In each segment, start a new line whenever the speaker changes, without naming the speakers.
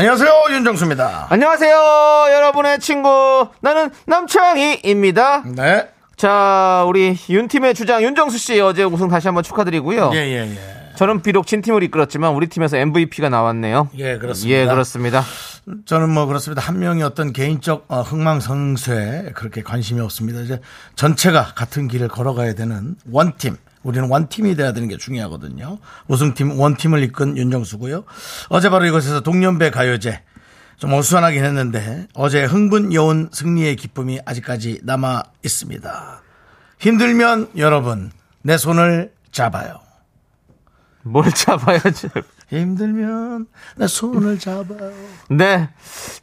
안녕하세요 윤정수입니다.
안녕하세요, 여러분의 친구. 나는 남창희입니다.
네.
자, 우리 윤팀의 주장 윤정수 씨 어제 우승 다시 한번 축하드리고요.
예예예. 예,
저는 비록 진 팀을 이끌었지만 우리 팀에서 MVP가 나왔네요.
예. 예, 그렇습니다.
예, 그렇습니다.
저는 뭐 그렇습니다. 한 명이 어떤 개인적 어, 흥망성쇠에 그렇게 관심이 없습니다. 이제 전체가 같은 길을 걸어가야 되는 원팀. 우리는 원팀이 돼야 되는 게 중요하거든요. 우승팀 원팀을 이끈 윤정수고요. 어제 바로 이곳에서 동년배 가요제 좀 어수선하긴 했는데 어제 흥분 여운 승리의 기쁨이 아직까지 남아 있습니다. 힘들면 여러분 내 손을 잡아요.
뭘 잡아야지.
힘들면 내 손을 잡아요.
네.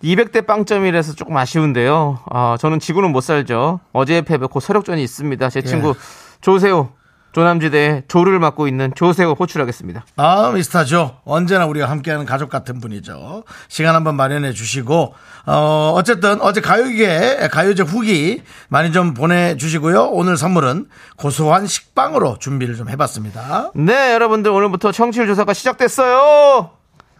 200대 빵점이라서 조금 아쉬운데요. 아, 저는 지구는 못 살죠. 어제의 패배 고 서력전이 있습니다.
예.
제 친구 조세호 조남지대의 조를 맡고 있는 조세호 호출하겠습니다.
아, 미스터죠. 언제나 우리가 함께하는 가족 같은 분이죠. 시간 한번 마련해 주시고, 어, 어쨌든 어제 가요계, 가요제 후기 많이 좀 보내주시고요. 오늘 선물은 고소한 식빵으로 준비를 좀 해봤습니다.
네, 여러분들 오늘부터 청취율 조사가 시작됐어요.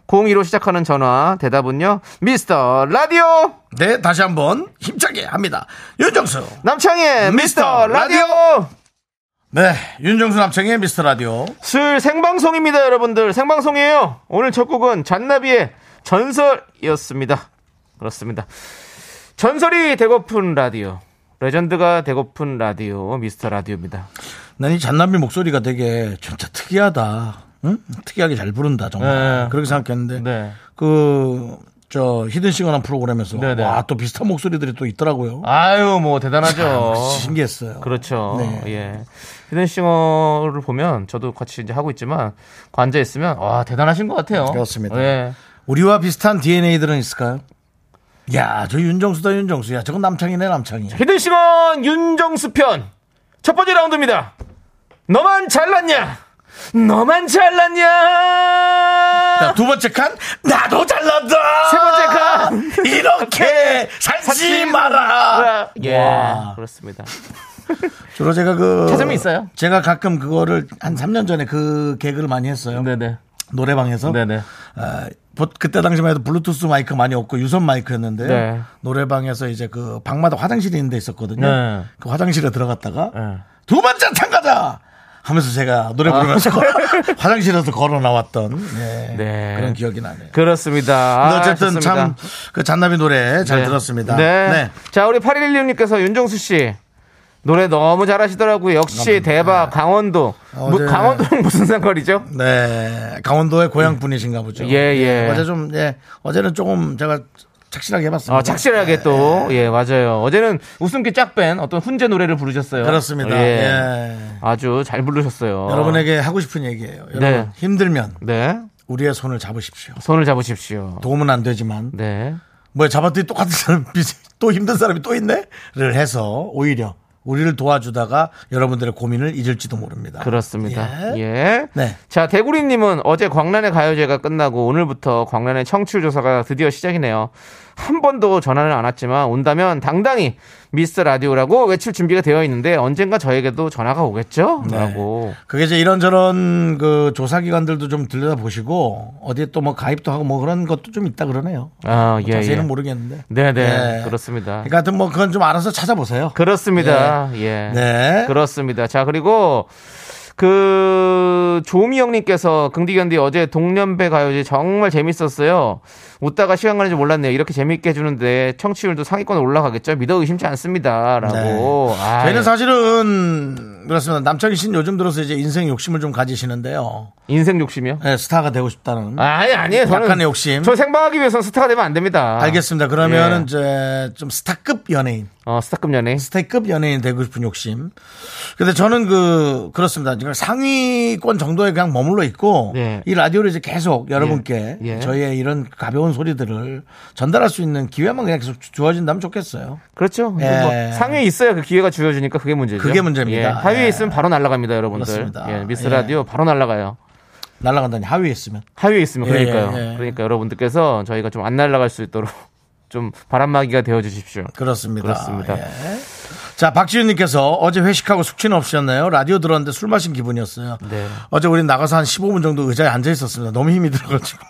02로 시작하는 전화 대답은요. 미스터 라디오
네, 다시 한번 힘차게 합니다. 윤정수.
남창의 미스터 라디오.
네, 윤정수 남창의 미스터 라디오.
술 생방송입니다, 여러분들. 생방송이에요. 오늘 첫 곡은 잔나비의 전설이었습니다. 그렇습니다. 전설이 되고픈 라디오. 레전드가 되고픈 라디오, 미스터 라디오입니다.
난 이 잔남비 목소리가 되게 진짜 특이하다. 응? 특이하게 잘 부른다 정말.
네.
그렇게 생각했는데
네.
그 저 히든싱어라는 프로그램에서
네, 네.
와 또 비슷한 목소리들이 또 있더라고요.
아유, 뭐, 대단하죠.
참, 신기했어요.
그렇죠.
네.
예. 히든싱어를 보면 저도 같이 이제 하고 있지만 관제 있으면 와 대단하신 것 같아요.
그렇습니다.
예.
우리와 비슷한 DNA들은 있을까요? 야, 저 윤정수다 윤정수야. 저건 남창이네 남창이.
히든싱어 윤정수 편 첫 번째 라운드입니다. 너만 잘났냐? 너만 잘났냐?
자, 두 번째 칸 나도 잘난다.
세 번째 칸.
이렇게 살지 마라.
예,
와.
그렇습니다.
주로 제가 그
찾음이 있어요?
제가 가끔 그거를 한 3년 전에 그 개그를 많이 했어요.
네네.
노래방에서
네네.
아, 보- 그때 당시만 해도 블루투스 마이크 많이 없고 유선 마이크였는데
네.
노래방에서 이제 그 방마다 화장실이 있는 데 있었거든요.
네.
그 화장실에 들어갔다가
네.
두 번째 참가자 하면서 제가 노래 부르면서 화장실에서 걸어 나왔던 네,
아. 네.
그런 기억이 나네요.
그렇습니다.
근데
아,
어쨌든
좋습니다.
참 그 잔나비 노래 잘 들었습니다.
네. 자, 우리 8116님께서 윤정수 씨. 노래 너무 잘하시더라고요. 역시 대박 강원도.
어,
무-
네.
뭐, 강원도는 무슨 상거리죠?
네, 강원도의 고향 분이신가 보죠.
예, 예.
그렇죠. 어제 좀 예, 어제는 조금 제가 착실하게 해봤습니다.
어, 착실하게 또.
네.
예, 맞아요. 어제는 웃음기 짝 뺀 어떤 훈제 노래를 부르셨어요.
그렇습니다. 예.
아주 잘 부르셨어요.
여러분에게 하고 싶은 얘기예요. 여러분
네.
힘들면
네.
우리의 손을 잡으십시오.
손을 잡으십시오.
도움은 안 되지만
네.
뭐 잡았더니 똑같은 사람 또 힘든 사람이 또 있네를 해서 오히려 우리를 도와주다가 여러분들의 고민을 잊을지도 모릅니다.
그렇습니다.
예.
예.
네.
자, 대구리님은 어제 광란의 가요제가 끝나고 오늘부터 광란의 청취율 조사가 드디어 시작이네요. 한 번도 전화는 안 왔지만 온다면 당당히 미스터 라디오라고 외칠 준비가 되어 있는데 언젠가 저에게도 전화가 오겠죠?
네.
라고.
그게 이제 이런저런 그 조사기관들도 좀 들여다보시고 어디에 또 뭐 가입도 하고 뭐 그런 것도 좀 있다 그러네요. 뭐
아, 예, 예.
자세히는 모르겠는데.
네네.
예.
그렇습니다.
그러니까 하여튼 뭐 그건 좀 알아서 찾아보세요.
그렇습니다. 예.
네.
그렇습니다. 자, 그리고 그 조미 형님께서 긍디견디 어제 동년배 가요제 정말 재밌었어요. 웃다가 시간 가는 줄 몰랐네요. 이렇게 재밌게 해주는데 청취율도 상위권 올라가겠죠? 믿어 의심치 않습니다라고. 아,
네. 저희는 사실은 그렇습니다. 남창희 씨는 요즘 들어서 이제 인생 욕심을 좀 가지시는데요.
인생 욕심이요?
예, 스타가 되고 싶다는.
아니 아니에요. 저는
약간의 욕심.
저 생방하기 위해서는 스타가 되면 안 됩니다.
알겠습니다. 그러면은
아. 예.
이제 좀 스타급 연예인.
어, 스타급 연예인.
스테이급 연예인 되고 싶은 욕심. 근데 저는 그 그렇습니다. 지금 상위권 정도에 그냥 머물러 있고
예.
이 라디오를 이제 계속 여러분께
예.
저희의 이런 가벼운 소리들을 전달할 수 있는 기회만 그냥 계속 주- 주어진다면 좋겠어요.
그렇죠.
예.
뭐 상위에 있어야 그 기회가 주어지니까 그게 문제죠.
그게 문제입니다.
예, 하위에
예.
있으면 바로 날아갑니다, 여러분들.
그렇습니다.
예, 미스
예.
라디오 바로 날아가요.
날아간다니 하위에 있으면.
하위에 있으면
예,
그러니까요.
예, 예.
그러니까 여러분들께서 저희가 좀 안 날아갈 수 있도록 좀 바람막이가 되어 주십시오.
그렇습니다.
그렇습니다.
예. 자, 박지윤님께서 어제 회식하고 숙취는 없으셨나요? 라디오 들었는데 술 마신 기분이었어요.
네.
어제 우리 나가서 한 15분 정도 의자에 앉아 있었습니다. 너무 힘이 들어가지고.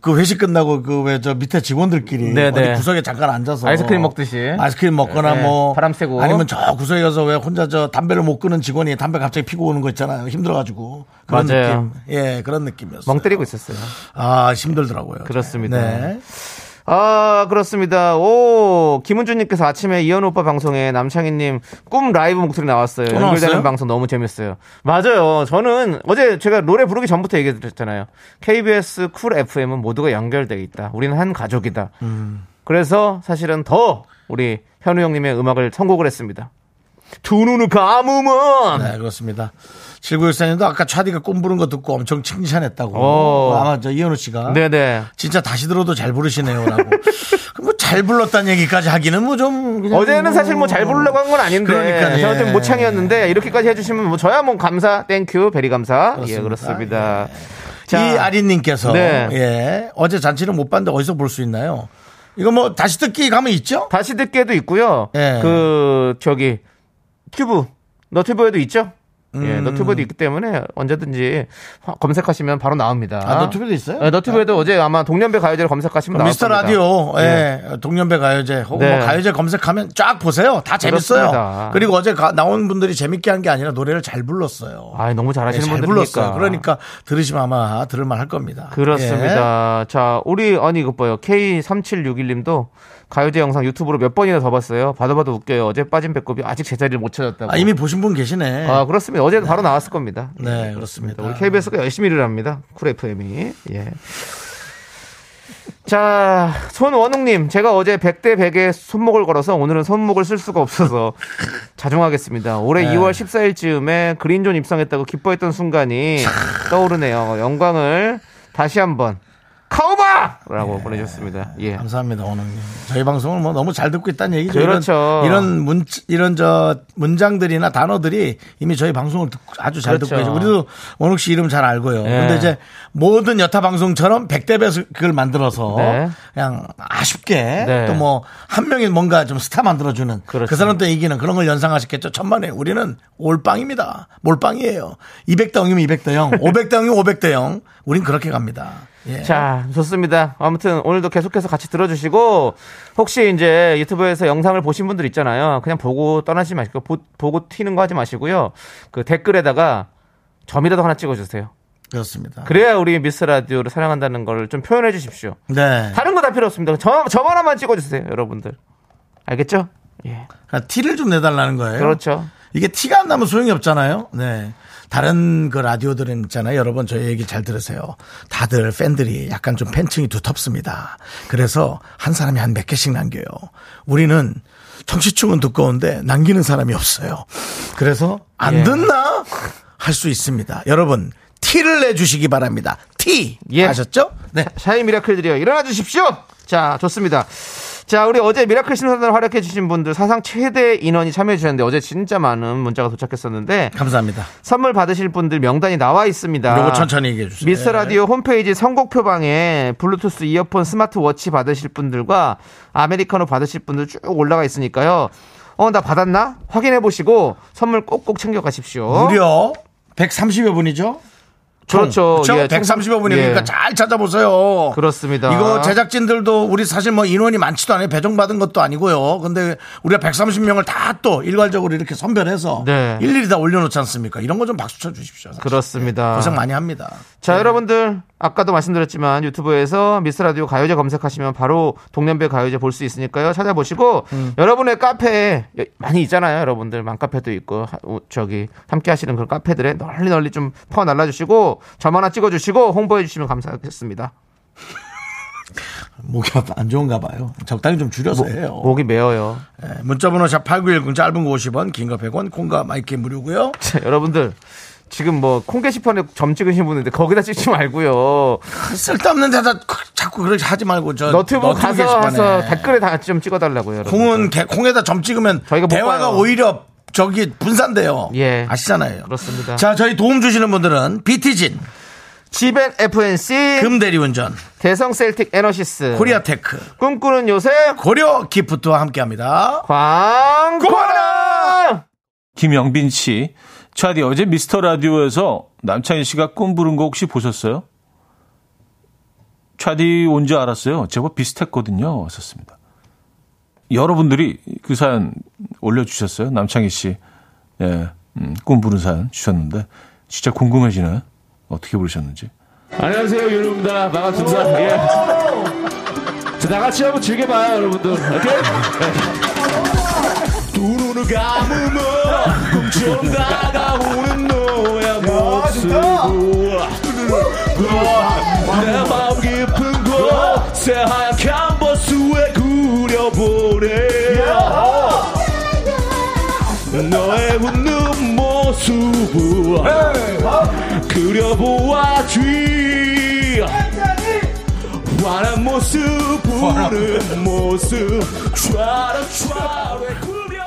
그 회식 끝나고 그 왜 저 밑에 직원들끼리
네,
음, 어디
네.
구석에 잠깐 앉아서
아이스크림 먹듯이.
아이스크림 먹거나
네,
뭐
바람 쐬고.
아니면 저 구석에 가서 왜 혼자 저 담배를 못 끄는 직원이 담배 갑자기 피고 오는 거 있잖아요 힘들어가지고 그런
맞아요.
느낌 예 그런 느낌이었어요
멍 때리고 있었어요.
아 힘들더라고요
그렇습니다.
네.
아, 그렇습니다. 오, 김은주님께서 아침에 이현 오빠 방송에 남창희님 꿈 라이브 목소리 나왔어요.
나왔어요?
연결되는 방송 너무 재밌어요. 맞아요. 저는 어제 제가 노래 부르기 전부터 얘기드렸잖아요. KBS 쿨 FM은 모두가 연결돼 있다. 우리는 한 가족이다.
음.
그래서 사실은 더 우리 현우 형님의 음악을 선곡을 했습니다. 두 눈을 아, 뭐, 감으면
네, 그렇습니다. 7914님도 아까 차디가 꿈 부른 거 듣고 엄청 칭찬했다고.
오.
아마 저 이현우 씨가.
어. 네네.
진짜 다시 들어도 잘 부르시네요. 라고. 그 뭐잘 불렀다는 얘기까지 하기는 뭐 좀
어제는 사실 뭐 잘 부르려고 한 건 아닌데
그러니까요. 예.
저한테 모창이었는데 이렇게까지 해주시면 뭐 저야 뭐 감사 땡큐 베리 감사 예 그렇습니다
아, 이 아린님께서
네.
예, 어제 잔치를 못 봤는데 어디서 볼 수 있나요? 이거 뭐 다시 듣기 가면 있죠?
다시 듣게도 있고요
예.
그 저기 튜브 너튜브에도 있죠
음.
예 너튜브에도 있기 때문에 언제든지 화- 검색하시면 바로 나옵니다
아, 너튜브도 있어요?
예, 너튜브에도 어제 아마 동년배 가요제를 검색하시면 나올
미스터
겁니다.
라디오, 예, 동년배 가요제, 혹은
네.
뭐 가요제 검색하면 쫙 보세요. 다 재밌어요.
그렇습니다.
그리고 어제 가- 나온 분들이 재밌게 한 게 아니라 노래를 잘 불렀어요. 예,
아이, 너무 잘하시는
잘
분들이니까
불렀어요. 그러니까 들으시면 아마 들을만 할 겁니다. 예.
그렇습니다. 자, 우리 아니 그 이거 봐요. K3761님도 가요제 영상 유튜브로 몇 번이나 더 봤어요. 봐도 봐도 웃겨요. 어제 빠진 배꼽이 아직 제자리를 못 찾았다고.
아, 이미 보신 분 계시네.
아, 그렇습니다. 어제도 바로 나왔을 겁니다.
네, 그렇습니다.
우리 KBS가 열심히 일을 합니다. 쿨 FM이. 예. 자, 손원웅님, 제가 어제 100대 100에 손목을 걸어서 오늘은 손목을 쓸 수가 없어서 자중하겠습니다. 올해
네.
2월 14일쯤에 그린존 입성했다고 기뻐했던 순간이 떠오르네요. 영광을 다시 한번 카우바! 라고 보내주셨습니다. 예.
감사합니다, 원웅님. 저희 방송을 뭐 너무 잘 듣고 있다는 얘기죠. 이런-
그렇죠.
이런, 문, 이런 저 문장들이나 단어들이 이미 저희 방송을 듣고 아주 잘
그렇죠.
듣고 계죠. 우리도 원욱 씨 이름 잘 알고요.
예.
근데 이제 모든 여타 방송처럼 100대 배수 그걸 만들어서
네.
그냥 아쉽게
네.
또 뭐 한 명이 뭔가 좀 스타 만들어주는 그
그렇죠.
사람 또 이기는 그런 걸 연상하셨겠죠. 천만에 우리는 올빵입니다. 몰빵이에요. 200대 0이면 200대 0, 500대 0이면 500대 0. 우린 그렇게 갑니다. 예.
자, 좋습니다. 아무튼 오늘도 계속해서 같이 들어주시고 혹시 이제 유튜브에서 영상을 보신 분들 있잖아요. 그냥 보고 떠나지 마시고 보, 보고 튀는 거 하지 마시고요. 그 댓글에다가 점이라도 하나 찍어주세요.
그렇습니다.
그래야 우리 미스 라디오를 사랑한다는 걸 좀 표현해 주십시오.
네.
다른 거 다 필요 없습니다. 점, 점 하나만 찍어주세요, 여러분들. 알겠죠? 예,
그러니까 티를 좀 내달라는 거예요.
그렇죠.
이게 티가 안 나면 소용이 없잖아요. 네. 다른 그 라디오들은 있잖아요. 여러분 저희 얘기 잘 들으세요. 다들 팬들이 약간 좀 팬층이 두텁습니다. 그래서 한 사람이 한 몇 개씩 남겨요. 우리는 청취층은 두꺼운데 남기는 사람이 없어요. 그래서 안
예.
듣나 할 수 있습니다. 여러분 티를 내주시기 바랍니다. 티
예.
아셨죠? 네.
샤이 미라클들이여 일어나 주십시오. 자 좋습니다. 자 우리 어제 미라클 신사단으로 활약해 주신 분들 사상 최대 인원이 참여해 주셨는데 어제 진짜 많은 문자가 도착했었는데
감사합니다.
선물 받으실 분들 명단이 나와 있습니다.
요거 천천히 얘기해 주세요. 네.
미스 라디오 홈페이지 선곡표방에 블루투스 이어폰 스마트워치 받으실 분들과 아메리카노 받으실 분들 쭉 올라가 있으니까요. 어, 나 받았나? 확인해 보시고 선물 꼭꼭 챙겨 가십시오.
무려 130여 분이죠?
그렇죠.
그렇죠?
예, 총-
130여 분이니까
예.
잘 찾아보세요.
그렇습니다.
이거 제작진들도 우리 사실 뭐 인원이 많지도 않아요. 배정받은 것도 아니고요. 근데 우리가 130명을 다 또 일괄적으로 이렇게 선별해서
네.
일일이 다 올려놓지 않습니까? 이런 거 좀 박수 쳐 주십시오. 사실.
그렇습니다.
고생 많이 합니다.
자, 여러분들 아까도 말씀드렸지만 유튜브에서 미스 라디오 가요제 검색하시면 바로 동년배 가요제 볼 수 있으니까요. 찾아보시고
음.
여러분의 카페에 여- 많이 있잖아요. 여러분들 맘카페도 있고 하- 어, 저기 함께 하시는 그런 카페들에 널리 널리 좀 퍼 날라 주시고 점 하나 찍어 주시고 홍보해 주시면 감사하겠습니다.
목이 아파- 안 좋은가 봐요. 적당히 좀 줄여서 해요.
목이 메어요.
예, 문자번호 샵 8910 짧은 거 50원, 긴 거 100원, 콩과 마이크 무료고요.
자, 여러분들 지금 뭐 콩 게시판에 점 찍으신 분인데 거기다 찍지 말고요.
쓸데없는 데다 자꾸 그렇게 하지 말고 저
너튜브, 가서
게시판에.
와서 댓글에 다 좀 찍어달라고요. 여러분.
어, 콩은 개- 콩에다 점 찍으면
저희가 못
대화가
봐요.
오히려 저기 분산돼요.
예.
아시잖아요.
그렇습니다.
자, 저희 도움 주시는 분들은 비티진,
지벤 FNC,
금대리운전,
대성 셀틱 에너시스,
코리아테크,
꿈꾸는 요새
고려 기프트와 함께합니다.
광고라.
김영빈 씨. 차디 어제 미스터 라디오에서 남창희 씨가 꿈 부른 거 혹시 보셨어요? 차디 온 줄 알았어요. 제법 비슷했거든요. 썼습니다. 여러분들이 그 사연 올려주셨어요. 남창희 씨. 예. 음, 꿈 부른 사연 주셨는데. 진짜 궁금해지네. 어떻게 부르셨는지.
안녕하세요 유루입니다 반갑습니다 예. 자, 다 같이 한번 즐겨봐요 여러분들 오케이? 예. 두 눈을 감으면 꿈처럼 다가오는 너의 모습을 내 마음 깊은 곳 새하얀 캔버스에 그려보네 너의 웃는 모습을 그려보아지 환한 모습 부른 모습 촤라 촤라 그려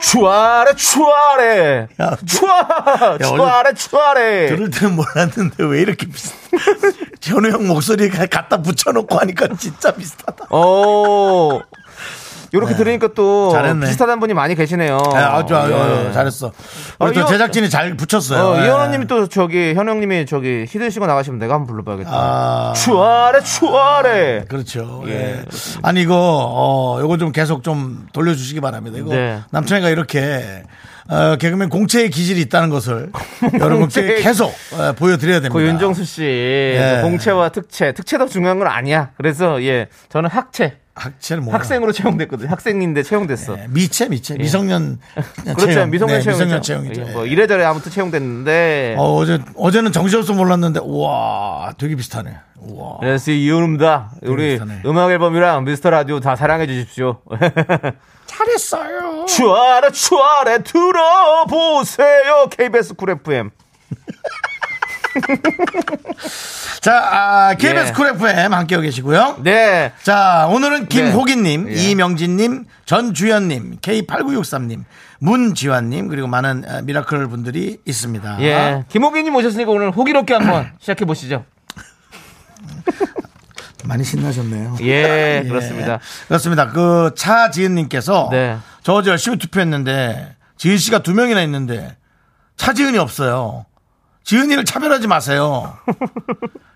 추아래 추아래
야,
추아 추아래 추아래
들을 때는 몰랐는데 왜 이렇게 비슷? 현우 형 목소리에 갖다 붙여놓고 하니까 진짜 비슷하다.
어 요렇게 들으니까 또
잘했네.
어, 비슷하단 분이 많이 계시네요
예, 아주 아주, 아주
예.
잘했어. 우리
아,
또
이현-
제작진이 잘 붙였어요.
어,
예.
이현우님이 또 저기 현우님이 저기 히든시고 나가시면 내가 한번 불러봐야겠다
아,
추아래 추아래
그렇죠. 예. 아니 이거 어 이거 좀 계속 좀 돌려주시기 바랍니다. 이거
네.
남창이가 이렇게 어, 개그맨 공채의 기질이 있다는 것을 여러분께
공채의-
계속 어, 보여드려야 됩니다. 예.
그 윤정수 씨 예, 그 공채와 특채 특채도 중요한 건 아니야 그래서 예 저는 학채
학체를 뭐
학생으로 채용됐거든요 학생인데 채용됐어
예.
예.
미체 미체 미성년
그렇죠
채용.
미성년
네,
채용이죠
미성년 채용이죠.
예, 뭐 이래저래 아무튼 채용됐는데
어, 어제 어제는 정신없어 몰랐는데 우와 되게 비슷하네. 우와.
안녕하세요 이현우입니다. 우리
뭐. 비슷하네.
음악 앨범이랑 미스터 라디오 다 사랑해 주십시오.
잘했어요.
추아래 추아래 들어보세요 KBS 쿨 FM.
자 아, KBS
예.
쿨 FM 함께하고 계시고요.
네.
자, 오늘은 김호기님,
네. 예.
이명진님, 전주현님, K8963님, 문지환님, 그리고 많은 어, 미라클 분들이 있습니다.
예. 김호기님 오셨으니까 오늘 호기롭게 한번 시작해 보시죠.
많이 신나셨네요.
예, 그렇습니다.
그렇습니다. 그 차지은님께서
네.
저 어제 열심히 투표했는데 지은 씨가 두 명이나 있는데 차지은이 없어요. 지은이를 차별하지 마세요.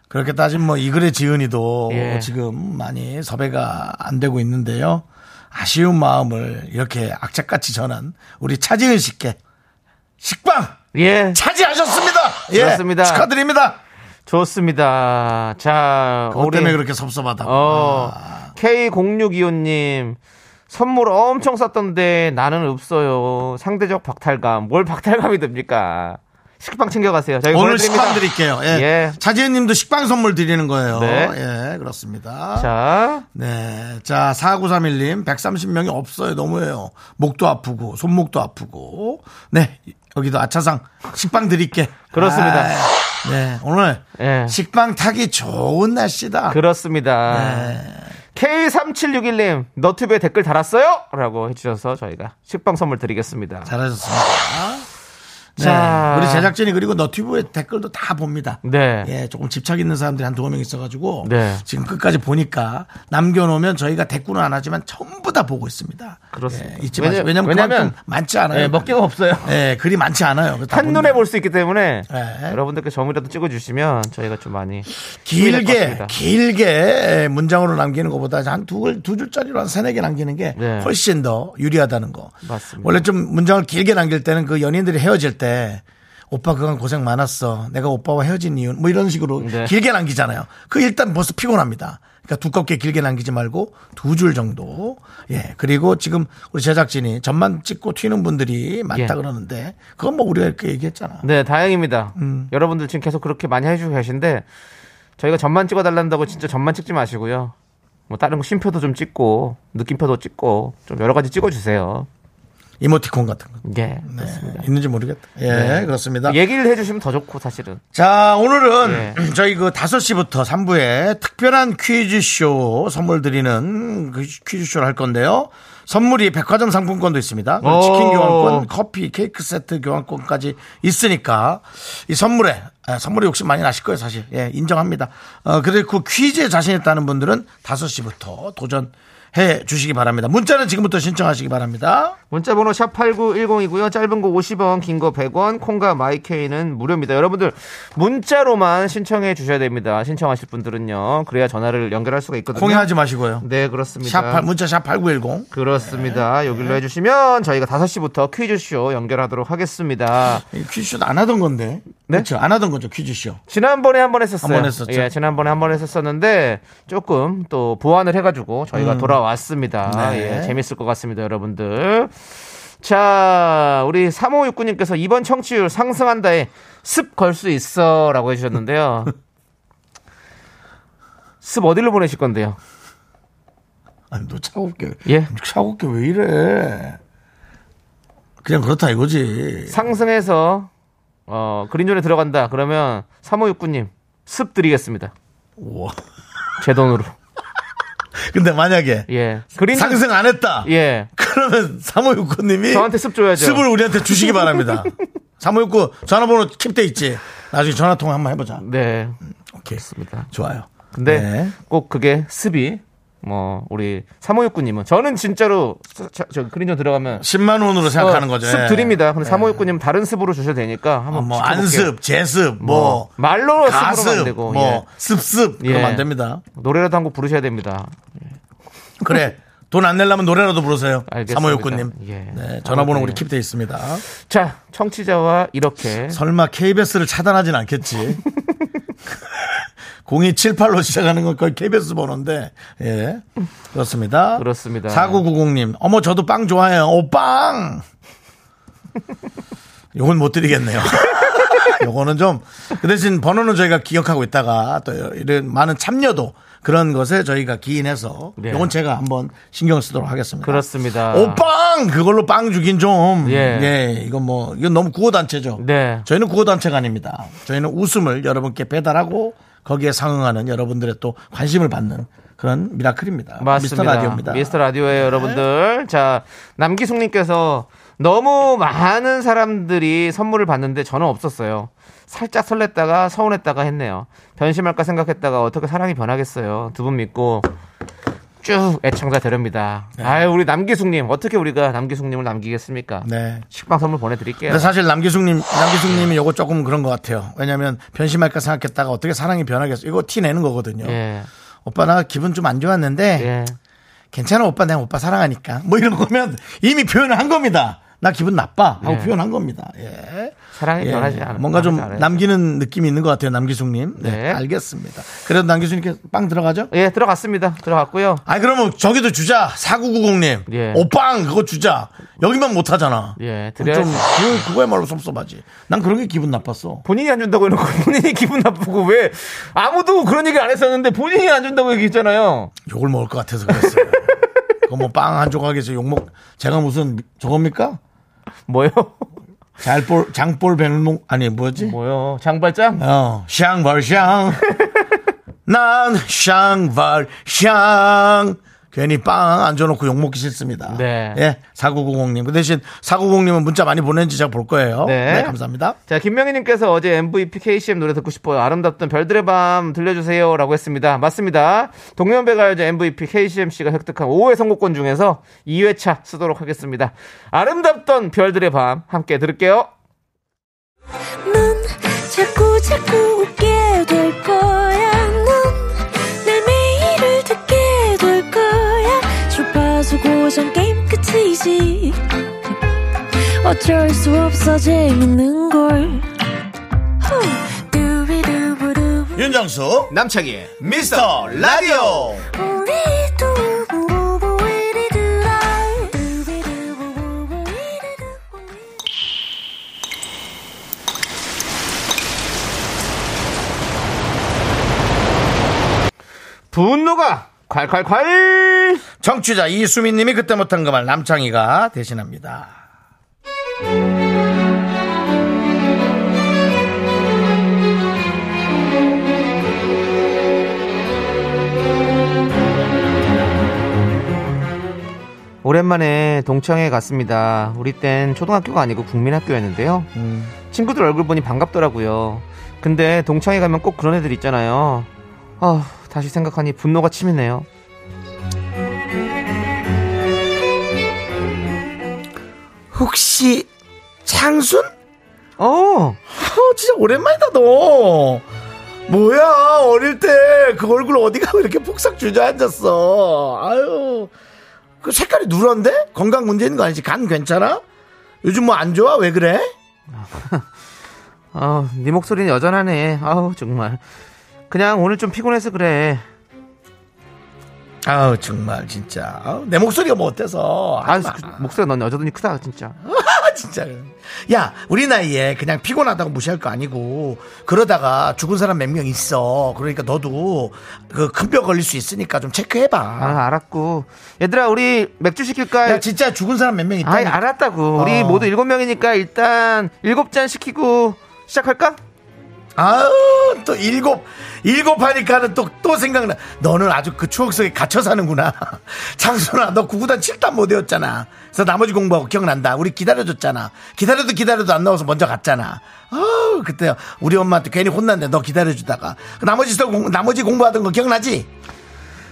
그렇게 따지면 뭐 이글의 지은이도
예.
지금 많이 섭외가 안 되고 있는데요. 아쉬운 마음을 이렇게 악착같이 전한 우리 차지은 씨께 식빵
예.
차지하셨습니다. 예,
그렇습니다.
축하드립니다.
좋습니다. 자,
그것 때문에 그렇게 섭섭하다고.
어,
아.
K0625님. 선물 엄청 쌌던데 나는 없어요. 상대적 박탈감. 뭘 박탈감이 됩니까? 식빵 챙겨가세요. 저희
오늘
보내드립니다.
식빵 드릴게요. 예.
예.
차지현님도 식빵 선물 드리는 거예요.
네.
예, 그렇습니다.
자,
네, 자 4931님 130명이 없어요. 너무해요. 목도 아프고 손목도 아프고. 네, 여기도 아차상 식빵 드릴게.
그렇습니다.
아이, 네, 오늘
예.
식빵 타기 좋은 날씨다. 네.
그렇습니다. K3761님, 너튜브에 댓글 달았어요? 라고 해주셔서 저희가 식빵 선물 드리겠습니다.
잘하셨습니다. 네,
자.
우리 제작진이 그리고 너튜브에 댓글도 다 봅니다.
네.
예, 조금 집착 있는 사람들이 한 두어 명 있어가지고
네.
지금 끝까지 보니까 남겨놓으면 저희가 대꾸는 안 하지만 전부 다 보고 있습니다.
그렇습니다.
예, 잊지
왜냐-
마세요. 왜냐면
왜냐면-
그만큼 많지 않아요.
예, 먹기가 없어요.
예, 글이 많지 않아요. 그래서 다
한눈에
봅니다.
볼 수 있기 때문에
네.
여러분들께 점이라도 찍어주시면 저희가 좀 많이 힘이 될것
길게
같습니다.
길게 문장으로 남기는 것보다 한두두 두 줄짜리로 한 세네 개 남기는 게
네.
훨씬 더 유리하다는 거.
맞습니다.
원래 좀 문장을 길게 남길 때는 그 연인들이 헤어질 때 오빠 그간 고생 많았어. 내가 오빠와 헤어진 이유 뭐 이런 식으로
네.
길게 남기잖아요. 그 일단 벌써 피곤합니다. 그러니까 두껍게 길게 남기지 말고 두 줄 정도. 예. 그리고 지금 우리 제작진이 점만 찍고 튀는 분들이 많다
예.
그러는데 그건 뭐 우리가 이렇게 얘기했잖아. 음.
네, 다행입니다. 여러분들 지금 계속 그렇게 많이 해주고 계신데 저희가 점만 찍어달란다고 진짜 점만 찍지 마시고요. 뭐 다른 거 쉼표도 좀 찍고 느낌표도 찍고 좀 여러 가지 찍어주세요.
이모티콘 같은 거. 네,
예, 그렇습니다. 네.
있는지 모르겠다. 예, 그렇습니다.
얘기를 해주시면 더 좋고 사실은
자,
네.
오늘은 저희 그 5시부터 3부에 특별한 퀴즈쇼 선물 드리는 그 퀴즈쇼를 할 건데요. 선물이 백화점 상품권도 있습니다. 그리고
오.
치킨 교환권, 커피, 케이크 세트 교환권까지 있으니까 이 선물에, 아, 선물에 욕심 많이 나실 거예요, 사실. 예, 인정합니다. 어, 그리고 그 퀴즈에 자신 있다는 분들은 5시부터 도전해 주시기 바랍니다. 문자는 지금부터 신청하시기 바랍니다.
문자번호 샵 #8910이고요. 짧은 거 50원, 긴 거 100원, 콩과 마이케이는 무료입니다. 여러분들 문자로만 신청해 주셔야 됩니다. 신청하실 분들은요. 그래야 전화를 연결할 수가 있거든요.
공유하지 마시고요.
네, 그렇습니다.
샵, 팔- 문자 샵 8910.
그렇습니다.
네.
여기로 해주시면 저희가 5시부터 퀴즈쇼 연결하도록 하겠습니다.
이 퀴즈쇼도 안 하던 건데.
네?
그렇죠. 안 하던 거죠, 퀴즈쇼.
지난번에 한 번 했었어요.
한번 했었죠.
예, 지난번에 한 번 했었었는데 조금 또 보완을 해가지고 저희가 돌아왔습니다.
음. 네.
예, 재밌을 것 같습니다, 여러분들. 자, 우리 3569님께서 이번 청취율 상승한다에 습 걸 수 있어 라고 해주셨는데요. 습 어디로 보내실 건데요?
아니, 너 차갑게.
예.
차갑게 왜 이래? 그냥 그렇다 이거지.
상승해서 어, 그린존에 들어간다. 그러면 3569님 습 드리겠습니다.
우와.
제 돈으로.
근데 만약에
예. 그린
상승 안 했다.
예.
그러면 3569님이
저한테 습 줘야죠.
습을 우리한테 주시기 바랍니다. 3569 전화번호 킵돼 있지. 나중에 전화 통화 한번 해보자. 음,
네.
오케이.
그렇습니다.
좋아요.
근데
네.
꼭 그게 습이 뭐 우리 3569님은 저는 진짜로 저, 저, 저 그린존 들어가면
10만 원으로 생각하는
어,
거죠.
습
예.
드립니다. 근데 3569님 은 다른 습으로 주셔도 되니까 한번
어, 뭐
지켜볼게요.
안습, 제습, 뭐,
말로 습으로 안
가습,
되고
뭐 습습 그러면
예.
안 됩니다.
예. 노래라도 한 곡 부르셔야 됩니다.
그래. 돈 안 내려면 노래라도 부르세요.
알겠습니다.
3569님.
예.
네, 전화번호
아,
우리
네.
킵돼 있습니다.
자, 청취자와 이렇게
설마 KBS를 차단하진 않겠지. 0278로 시작하는 건 거의 KBS 번호인데, 예. 그렇습니다.
그렇습니다.
4990님, 어머, 저도 빵 좋아해요. 오, 빵! 요건 못 드리겠네요. 요거는 좀, 그 대신 번호는 저희가 기억하고 있다가 또 이런 많은 참여도 그런 것에 저희가 기인해서
네.
요건 제가 한번 신경 쓰도록 하겠습니다.
그렇습니다.
오빵 그걸로 빵 주긴 좀. 예.
예.
이건 뭐 이건 너무 구호 단체죠.
네.
저희는 구호 단체가 아닙니다. 저희는 웃음을 여러분께 배달하고 거기에 상응하는 여러분들의 또 관심을 받는 그런 미라클입니다.
맞습니다.
미스터 라디오입니다. 네.
미스터 라디오예요, 여러분들. 자, 남기숙 님께서 너무 많은 사람들이 선물을 받는데 저는 없었어요. 살짝 설렜다가 서운했다가 했네요. 변심할까 생각했다가 어떻게 사랑이 변하겠어요. 두 분 믿고 쭉 애청자 되렵니다.
네.
아유, 우리 남기숙 님, 어떻게 우리가 남기숙 님을 남기겠습니까?
네.
식빵 선물 보내 드릴게요.
근데 사실 남기숙님,
아, 예.
남기숙님이 요거 조금 그런 것 같아요. 왜냐하면 변심할까 생각했다가 어떻게 사랑이 변하겠어. 이거 티 내는 거거든요.
예.
오빠 나 기분 좀 안 좋았는데
예.
괜찮아 오빠 내가 오빠 사랑하니까 뭐 이런 거면 이미 표현을 한 겁니다. 나 기분 나빠 하고 표현한
아,
겁니다. 예.
사랑이
예,
변하지 않아.
뭔가 좀
변하지 않아요.
남기는 느낌이 있는 것 같아요, 남기숙님. 네,
네.
알겠습니다. 그래도 남기숙님께 빵 들어가죠?
예, 들어갔습니다. 들어갔고요.
아, 그러면 저기도 주자. 4990님.
예.
오빵 그거 주자. 여기만 못 하잖아.
예,
좀
드려야지.
그, 그거야말로 섭섭하지. 난 그런 게 기분 나빴어.
본인이 안 준다고 해놓고 본인이 기분 나쁘고 왜 아무도 그런 얘기 안 했었는데 본인이 안 준다고 얘기했잖아요.
욕을 먹을 것 같아서 그랬어요. 그거 뭐 빵 한 조각에서 욕먹 제가 무슨 저겁니까?
뭐요?
잘볼 장볼 배는 아니 뭐지?
뭐요? 장발장?
어, 샹벌샹. 난 샹벌샹. 괜히 빵 앉아놓고 욕먹기 싫습니다.
네.
예, 4990님. 그 대신 4990님은 문자 많이 보낸지 제가 볼 거예요.
네.
감사합니다.
자, 김명희님께서 어제 MVP KCM 노래 듣고 싶어요. 아름답던 별들의 밤 들려주세요. 라고 했습니다. 맞습니다. 동년배가요제 MVP KCM씨가 획득한 5회 선곡권 중에서 2회차 쓰도록 하겠습니다. 아름답던 별들의 밤 함께 들을게요.
넌 자꾸 자꾸 웃게 될 거야. 넌내 매일을 듣게 될 거야. 주파수 고정 게임 끝이지. 어쩔 수 없어 재밌는 걸. 후. 두비두부두.
윤정수, 남창희, 미스터 라디오.
우리 두부부부 우리 두라. 두비두부부부 우리 두부부.
분노가 콸콸콸!
정취자 이수민 님이 그때 못한 그 말 남창희가 대신합니다.
오랜만에 동창회 갔습니다. 우리 땐 초등학교가 아니고 국민학교였는데요. 친구들 얼굴 보니 반갑더라고요. 근데 동창회 가면 꼭 그런 애들 있잖아요. 아, 다시 생각하니 분노가 치미네요.
혹시 창순?
어,
아 진짜 오랜만이다 너. 뭐야 어릴 때 그 얼굴 어디 가고 이렇게 폭삭 주저앉았어. 아유 그 색깔이 누런데 건강 문제 있는 거 아니지? 간 괜찮아? 요즘 뭐 안 좋아? 왜 그래?
아, 네 목소리는 여전하네. 아우 정말. 그냥 오늘 좀 피곤해서 그래.
아우 정말 진짜 아우, 내 목소리가 뭐 어때서?
아,
하지 마.
그 목소리가 넌 여전히 크다 진짜. 예,
아, 진짜. 야, 우리 나이에 그냥 피곤하다고 무시할 거 아니고, 그러다가 죽은 사람 몇 명 있어. 그러니까 너도 그 큰 뼈 걸릴 수 있으니까 좀 체크해봐.
아, 알았고. 얘들아, 우리 맥주 시킬까?
야, 진짜 죽은 사람 몇 명 있다.
아이, 알았다고. 우리
어.
모두 일곱 명이니까 일단 일곱 잔 시키고 시작할까?
아우, 또 일곱, 일곱 하니까는 또, 또 생각나. 너는 아주 그 추억 속에 갇혀 사는구나. 장순아, 너 구구단 7단 모델였잖아. 그래서 나머지 공부하고 기억난다. 우리 기다려줬잖아. 기다려도 기다려도 안 나와서 먼저 갔잖아. 아우, 그때 우리 엄마한테 괜히 혼났는데 너 기다려주다가. 그 나머지 수업 공, 나머지 공부하던 거 기억나지?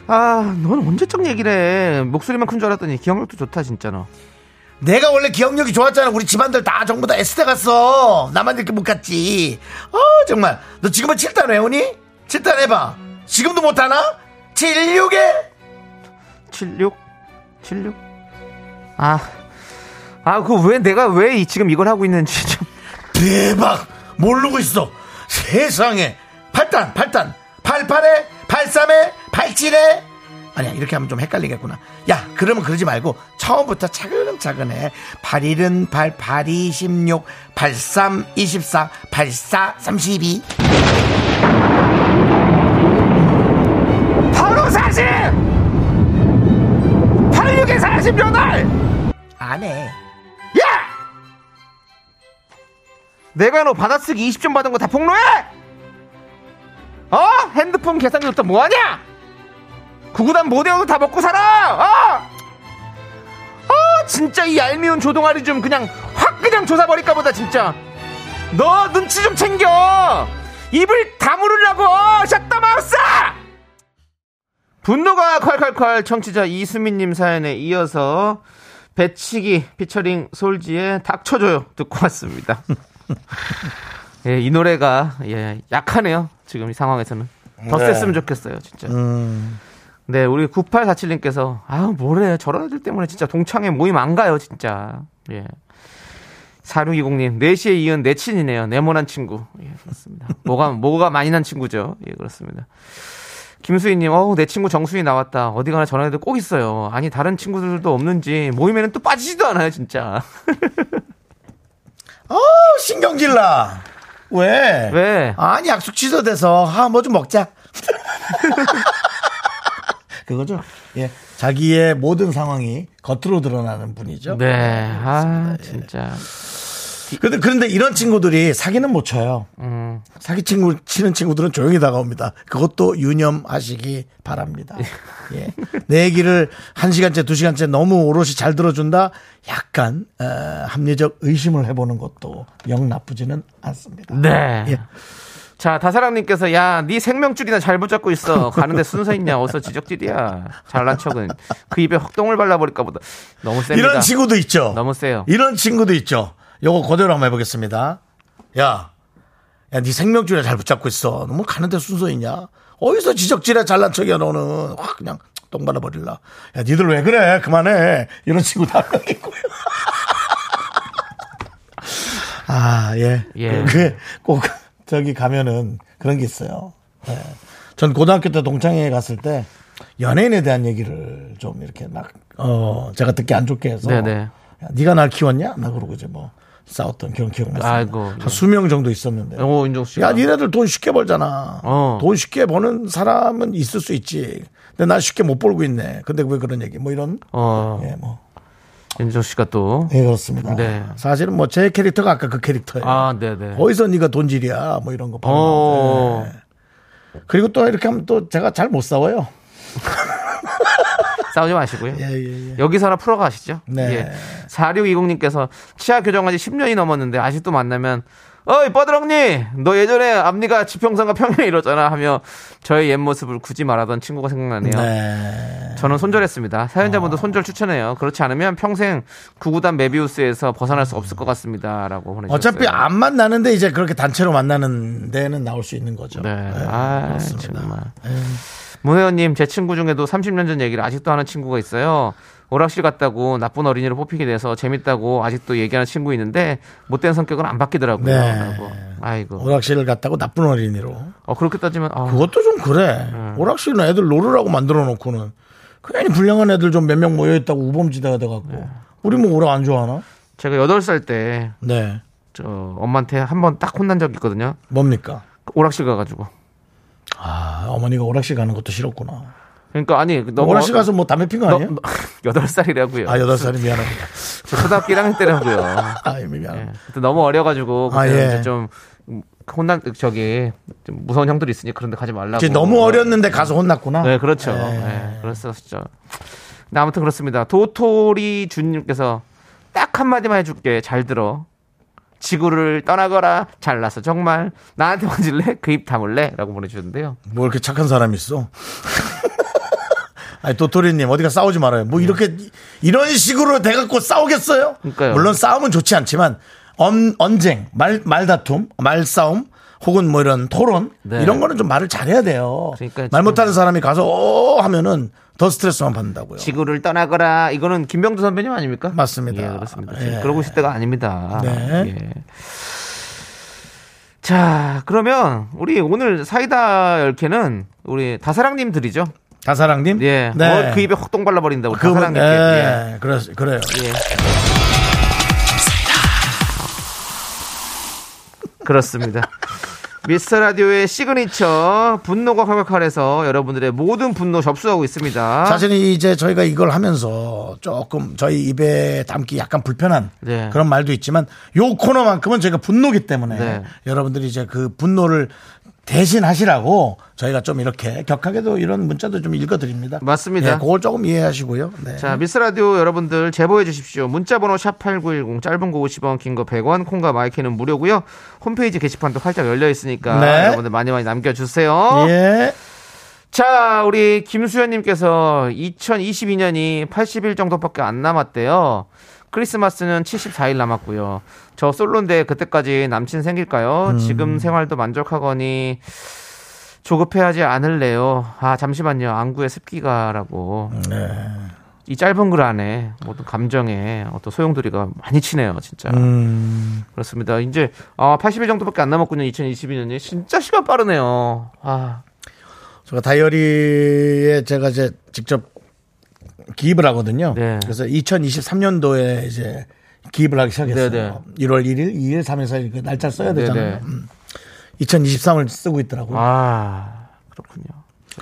아, 넌 언제적 얘기를 해. 목소리만 큰 줄 알았더니 기억력도 좋다, 진짜 너.
내가 원래 기억력이 좋았잖아. 우리 집안들 다 전부 다 S대 갔어. 나만 이렇게 못 갔지. 어, 정말. 너 지금은 7단 외우니? 7단 해봐. 지금도 못하나? 76에?
76? 76? 아. 아, 그 왜 내가 왜 이- 지금 이걸 하고 있는지 좀.
대박! 모르고 있어. 세상에. 8단, 8단. 88에? 83에? 87에? 아니야, 이렇게 하면 좀 헷갈리겠구나. 야, 그러면 그러지 말고, 처음부터 차근차근 해. 81은 8, 82, 16, 83, 24, 84, 32.
바로 40! 86에 48!
안 해.
야! 내가 너 받아쓰기 20점 받은 거 다 폭로해! 어? 핸드폰 계산기 또 뭐하냐? 구구단 못 외워도 다 먹고 살아! 어? 어, 진짜 이 얄미운 조동아리 좀 그냥 확 그냥 조사버릴까 보다, 진짜. 너 눈치 좀 챙겨! 입을 다물으려고! 샷다마우스! 분노가 콸콸콸 청취자 이수민님 사연에 이어서 배치기 피처링 솔지의 닥쳐줘요 듣고 왔습니다. 예, 이 노래가 예, 약하네요. 지금 이 상황에서는 더
네.
셌으면 좋겠어요, 진짜. 네, 우리 9847님께서 아, 뭐래. 저런 애들 때문에 진짜 동창회 모임 안 가요, 진짜. 예. 4620님, 4시에 이은 내 친이네요. 네모난 친구. 예, 그렇습니다. 뭐가, 뭐가 많이 난 친구죠. 예, 그렇습니다. 김수희님, 어우, 내 친구 정수희 나왔다. 어디 가나 전화해도 꼭 있어요. 아니, 다른 친구들도 없는지 모임에는 또 빠지지도 않아요, 진짜.
어, 신경질 나. 왜?
왜?
아니, 약속 취소돼서, 아, 뭐 좀 먹자. 그거죠? 예. 자기의 모든 상황이 겉으로 드러나는 분이죠. 예.
네, 아, 진짜.
그런데, 그런데 이런 친구들이 사기는 못 쳐요.
음.
사기 친구, 치는 친구들은 조용히 다가옵니다. 그것도 유념하시기 바랍니다. 예. 내 얘기를 한 시간째, 두 시간째 너무 오롯이 잘 들어준다? 약간, 어, 합리적 의심을 해보는 것도 영 나쁘지는 않습니다.
네.
예.
자, 다사랑님께서, 야, 네 생명줄이나 잘 붙잡고 있어. 가는데 순서 있냐? 어서 지적질이야. 잘난 척은. 그 입에 헛똥을 발라버릴까 보다. 너무 셉니다.
이런 친구도 있죠.
너무 세요.
이런 친구도 있죠. 요거 그대로 한번 해보겠습니다. 야, 야, 네 생명줄에 잘 붙잡고 있어. 너뭐 가는데 순서 있냐? 어디서 지적질에 잘난 척이야, 너는. 확 그냥 똥 발라버릴라. 야, 니들 왜 그래? 그만해. 이런 친구 다 있고요. 아, 예.
예.
그게 꼭 저기 가면은 그런 게 있어요. 예. 전 고등학교 때 동창회에 갔을 때 연예인에 대한 얘기를 좀 이렇게 막, 어, 제가 듣기 안 좋게 해서.
네네.
야, 네가 날 키웠냐? 나 그러고 이제 뭐 싸웠던 기억 기억났습니다.
아이고, 예.
한 수명 정도 있었는데.
오, 윤종 씨.
야, 니네들 돈 쉽게 벌잖아.
어.
돈 쉽게 버는 사람은 있을 수 있지. 근데 나 쉽게 못 벌고 있네. 근데 왜 그런 얘기? 뭐 이런.
어,
예, 뭐.
윤정 씨가 또.
예, 그렇습니다.
네.
사실은 뭐 제 캐릭터가 아까 그 캐릭터예요.
아, 네네.
어디서 네가 돈질이야? 뭐 이런 거. 보면.
어,
그리고 또 이렇게 하면 또 제가 잘 못 싸워요.
싸우지 마시고요.
예, 예, 예.
여기서 하나 풀어가시죠.
네.
예. 4620님께서 치아 교정한 지 10년이 넘었는데 아직도 만나면 어이 뻐드렁니 너 예전에 앞니가 지평선과 평행이 이러잖아 하며 저의 옛 모습을 굳이 말하던 친구가 생각나네요.
네. 아.
저는 손절했습니다. 사연자분도 손절 추천해요. 그렇지 않으면 평생 구구단 메비우스에서 벗어날 수 없을 것 같습니다라고 보내주셨어요.
어차피 안 만나는데 이제 그렇게 단체로 만나는 데는 나올 수 있는 거죠.
네.
예,
아,
그렇습니다.
정말. 문혜원님, 제 친구 중에도 30년 전 얘기를 아직도 하는 친구가 있어요. 오락실 갔다고 나쁜 어린이로 뽑히게 돼서 재밌다고 아직도 얘기하는 친구 있는데 못된 성격은 안 바뀌더라고요.
네.
라고. 아이고.
오락실을 갔다고 나쁜 어린이로.
어, 그렇게 따지면, 아, 네.
그것도 좀 그래. 오락실은 애들 놀으라고 만들어 놓고는 괜히 불량한 애들 좀 몇 명 모여 있다고 우범지대가 돼 갖고
네.
우리 뭐 오락 안 좋아하나?
제가 8살 때,
네.
저, 엄마한테 한 번 딱 혼난 적이 있거든요.
뭡니까?
오락실 가가지고.
아, 어머니가 오락실 가는 것도 싫었구나.
그러니까, 아니, 너무.
오락실 가서 뭐 담배 핀 거 아니에요?
8살이라고요.
아, 여덟 살이 미안합니다.
초등학교 1학년 때라고요.
아, 미안합니다.
예. 그때 너무 어려가지고
아,
그때
예.
이제 좀 혼난 저기 좀 무서운 형들이 있으니 그런데 가지 말라고.
이제 너무 어렸는데 가서 혼났구나.
네, 그렇죠. 예, 그랬었죠. 근데 아무튼 그렇습니다. 도토리 주님께서 딱 한마디만 해줄게. 잘 들어. 지구를 떠나거라. 잘나서 정말 나한테 만질래? 그 입 다물래? 라고 보내주셨는데요.
뭐 이렇게 착한 사람이 있어? 아니 도토리님 어디가 싸우지 말아요. 뭐 이렇게 이런 식으로 돼갖고 싸우겠어요?
네. 그러니까요.
물론 싸움은 좋지 않지만 언, 언쟁, 말 말다툼, 말싸움 혹은 뭐 이런 토론
네.
이런 거는 좀 말을 잘해야 돼요.
그러니까요,
말
지금.
못하는 사람이 가서 오 하면은 더 스트레스만 받는다고요.
지구를 떠나거라. 이거는 김병두 선배님 아닙니까?
맞습니다.
예, 그렇습니다. 지금
예.
그러고 있을 때가 아닙니다.
네.
예. 자, 그러면 우리 오늘 사이다 열개는 우리 다사랑님 들이죠.
다사랑님,
예.
네,
어, 그 입에 확 똥 발라버린다. 우리
그분,
다사랑님. 예.
네, 그래, 그래요.
그렇습니다. 미스터 라디오의 시그니처 분노가 칼칼칼해서 여러분들의 모든 분노 접수하고 있습니다.
사실은 이제 저희가 이걸 하면서 조금 저희 입에 담기 약간 불편한
네.
그런 말도 있지만 요 코너만큼은 저희가 분노기 때문에
네.
여러분들이 이제 그 분노를 대신하시라고 저희가 좀 이렇게 격하게도 이런 문자도 좀 읽어드립니다.
맞습니다.
예, 그걸 조금 이해하시고요. 네.
자, 미스 라디오 여러분들 제보해 주십시오. 문자 번호 샵8910 짧은 거 50원, 긴 거 100원, 콩과 마이크는 무료고요. 홈페이지 게시판도 활짝 열려 있으니까
네.
여러분들 많이 많이 남겨 주세요.
예.
자, 우리 김수현 님께서 2022년이 80일 정도밖에 안 남았대요. 크리스마스는 74일 남았고요. 저 솔로인데 그때까지 남친 생길까요? 지금 생활도 만족하거니 조급해하지 않을래요. 아, 잠시만요. 안구에 습기가라고. 이 짧은 글 안에 모든 감정에 어떤 소용돌이가 많이 치네요, 진짜. 그렇습니다. 이제 아, 80일 정도밖에 안 남았군요. 2022년이 진짜 시간 빠르네요. 아,
제가 다이어리에 제가 이제 직접 기입을 하거든요.
네.
그래서 2023년도에 이제 기입을 하기 시작했어요.
네, 네.
1월 1일, 2일, 3일, 4일 그 날짜 써야 되잖아요.
네네.
2023을 쓰고 있더라고요.
아 그렇군요.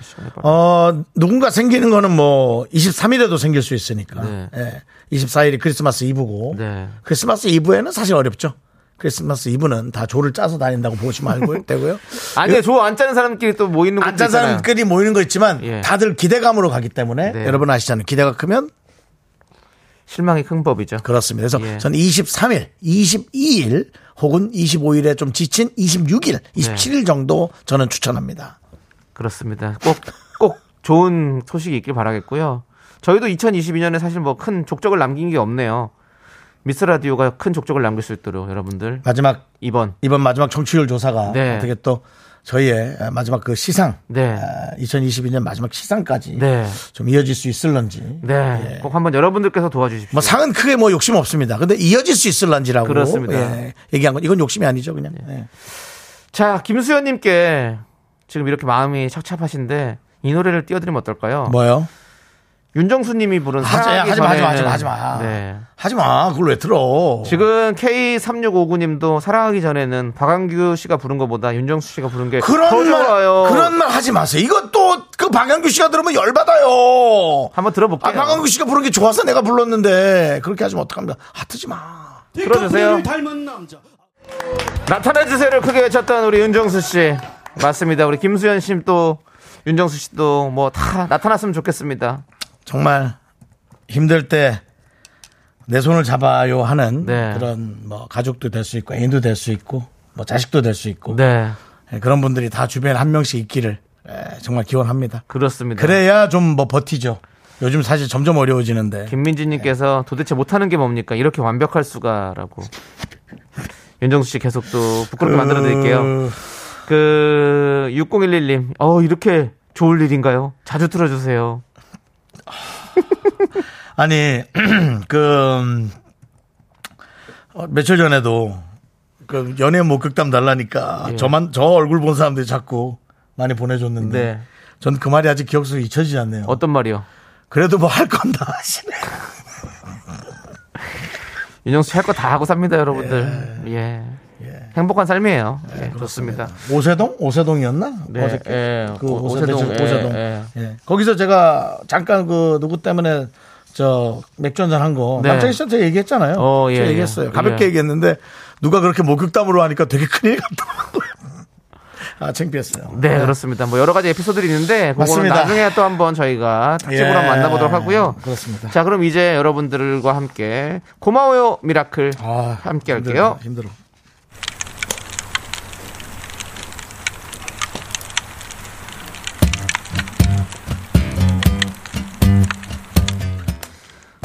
시간이 빨라.
어, 누군가 생기는 거는 뭐 23일에도 생길 수 있으니까.
네.
예. 24일이 크리스마스 이브고.
네.
크리스마스 이브에는 사실 어렵죠. 크리스마스 이브는 다 조를 짜서 다닌다고 보시면 알고 되고요. 그
아니 저안 짜는 사람끼리 또 모이는 것도
앉은
있잖아요.
사람끼리 모이는 거 있지만
예.
다들 기대감으로 가기 때문에
네.
여러분 아시잖아요. 기대가 크면
실망이 큰 법이죠.
그렇습니다. 그래서
예.
저는 23일, 22일 혹은 25일에 좀 지친
네.
26일, 27일 정도 저는 추천합니다.
그렇습니다. 꼭 꼭 좋은 소식이 있길 바라겠고요. 저희도 2022년에 사실 뭐 큰 족적을 남긴 게 없네요. 미스 라디오가 큰 족적을 남길 수 있도록 여러분들
마지막
이번
이번 마지막 청취율 조사가
네.
어떻게 또 저희의 마지막 그 시상
네.
2022년 마지막 시상까지
네.
좀 이어질 수 있을런지
네,
예.
꼭 한번 여러분들께서 도와주십시오.
뭐 상은 크게 뭐 욕심 없습니다. 근데 이어질 수 있을런지라고
그렇습니다. 네.
예, 얘기한 건 이건 욕심이 아니죠 그냥. 예.
자, 김수현님께 지금 이렇게 마음이 착잡하신데 이 노래를 띄워드리면 어떨까요?
뭐요?
윤정수님이 부른
하지,
사랑하기
하지 마, 하지 마, 하지 마,
전에는-
하지 마.
네.
하지 마. 그걸 왜 들어?
지금 K3659님도 사랑하기 전에는 박한규 씨가 부른 것보다 윤정수 씨가 부른 게 더
그런 말,
좋아요.
그런 말 하지 마세요. 이거 또 그 박영규 씨가 들으면 열받아요.
한번 들어볼게요.
아, 박영규 씨가 부른 게 좋아서 내가 불렀는데 그렇게 하시면 어떡합니까? 하트지 마.
들어주세요. 나타나주세요를 크게 외쳤던 우리 윤정수 씨. 맞습니다. 우리 김수현 씨도 윤정수 씨도 뭐 다 나타났으면 좋겠습니다.
정말 힘들 때 내 손을 잡아요 하는
네.
그런 뭐 가족도 될 수 있고 애인도 될 수 있고 뭐 자식도 될 수 있고
네.
예, 그런 분들이 다 주변에 한 명씩 있기를 예, 정말 기원합니다.
그렇습니다.
그래야 좀 뭐 버티죠. 요즘 사실 점점 어려워지는데
네. 김민지님께서
네.
도대체 못하는 게 뭡니까? 이렇게 완벽할 수가라고. 윤정수 씨 계속 또 부끄럽게 만들어 드릴게요.
그,
그 6011님, 어 이렇게 좋을 일인가요? 자주 틀어주세요.
아니 그 음, 어, 며칠 전에도 그 연애 목격담 달라니까
예.
저만 저 얼굴 본 사람들이 자꾸 많이 보내줬는데
네.
전 그 말이 아직 기억 속에 잊혀지지 않네요.
어떤 말이요?
그래도 뭐 할 건 다 하시네.
윤정수 씨 할 거 다 하고 삽니다, 여러분들. 예. 행복한 삶이에요. 예,
네,
좋습니다.
오세동? 오세동이었나?
네,
어저께
예.
그
오-
오세동,
오세동,
오세동.
예,
오세동.
예.
예. 거기서 제가 잠깐 그 누구 때문에 저 맥주 한잔 한 거
네.
남창희 씨한테 얘기했잖아요.
어, 예,
제가
예.
얘기했어요. 가볍게
예.
얘기했는데 누가 그렇게 목욕담으로 하니까 되게 큰일 같더라고요. 아, 창피했어요.
네, 그렇습니다. 뭐 여러 가지 에피소드들이 있는데 그거는
맞습니다.
나중에 또 한번 저희가 특집으로
예.
한번 만나보도록 하고요.
그렇습니다.
자, 그럼 이제 여러분들과 함께 고마워요 미라클 함께 할게요.
아, 힘들어. 힘들어.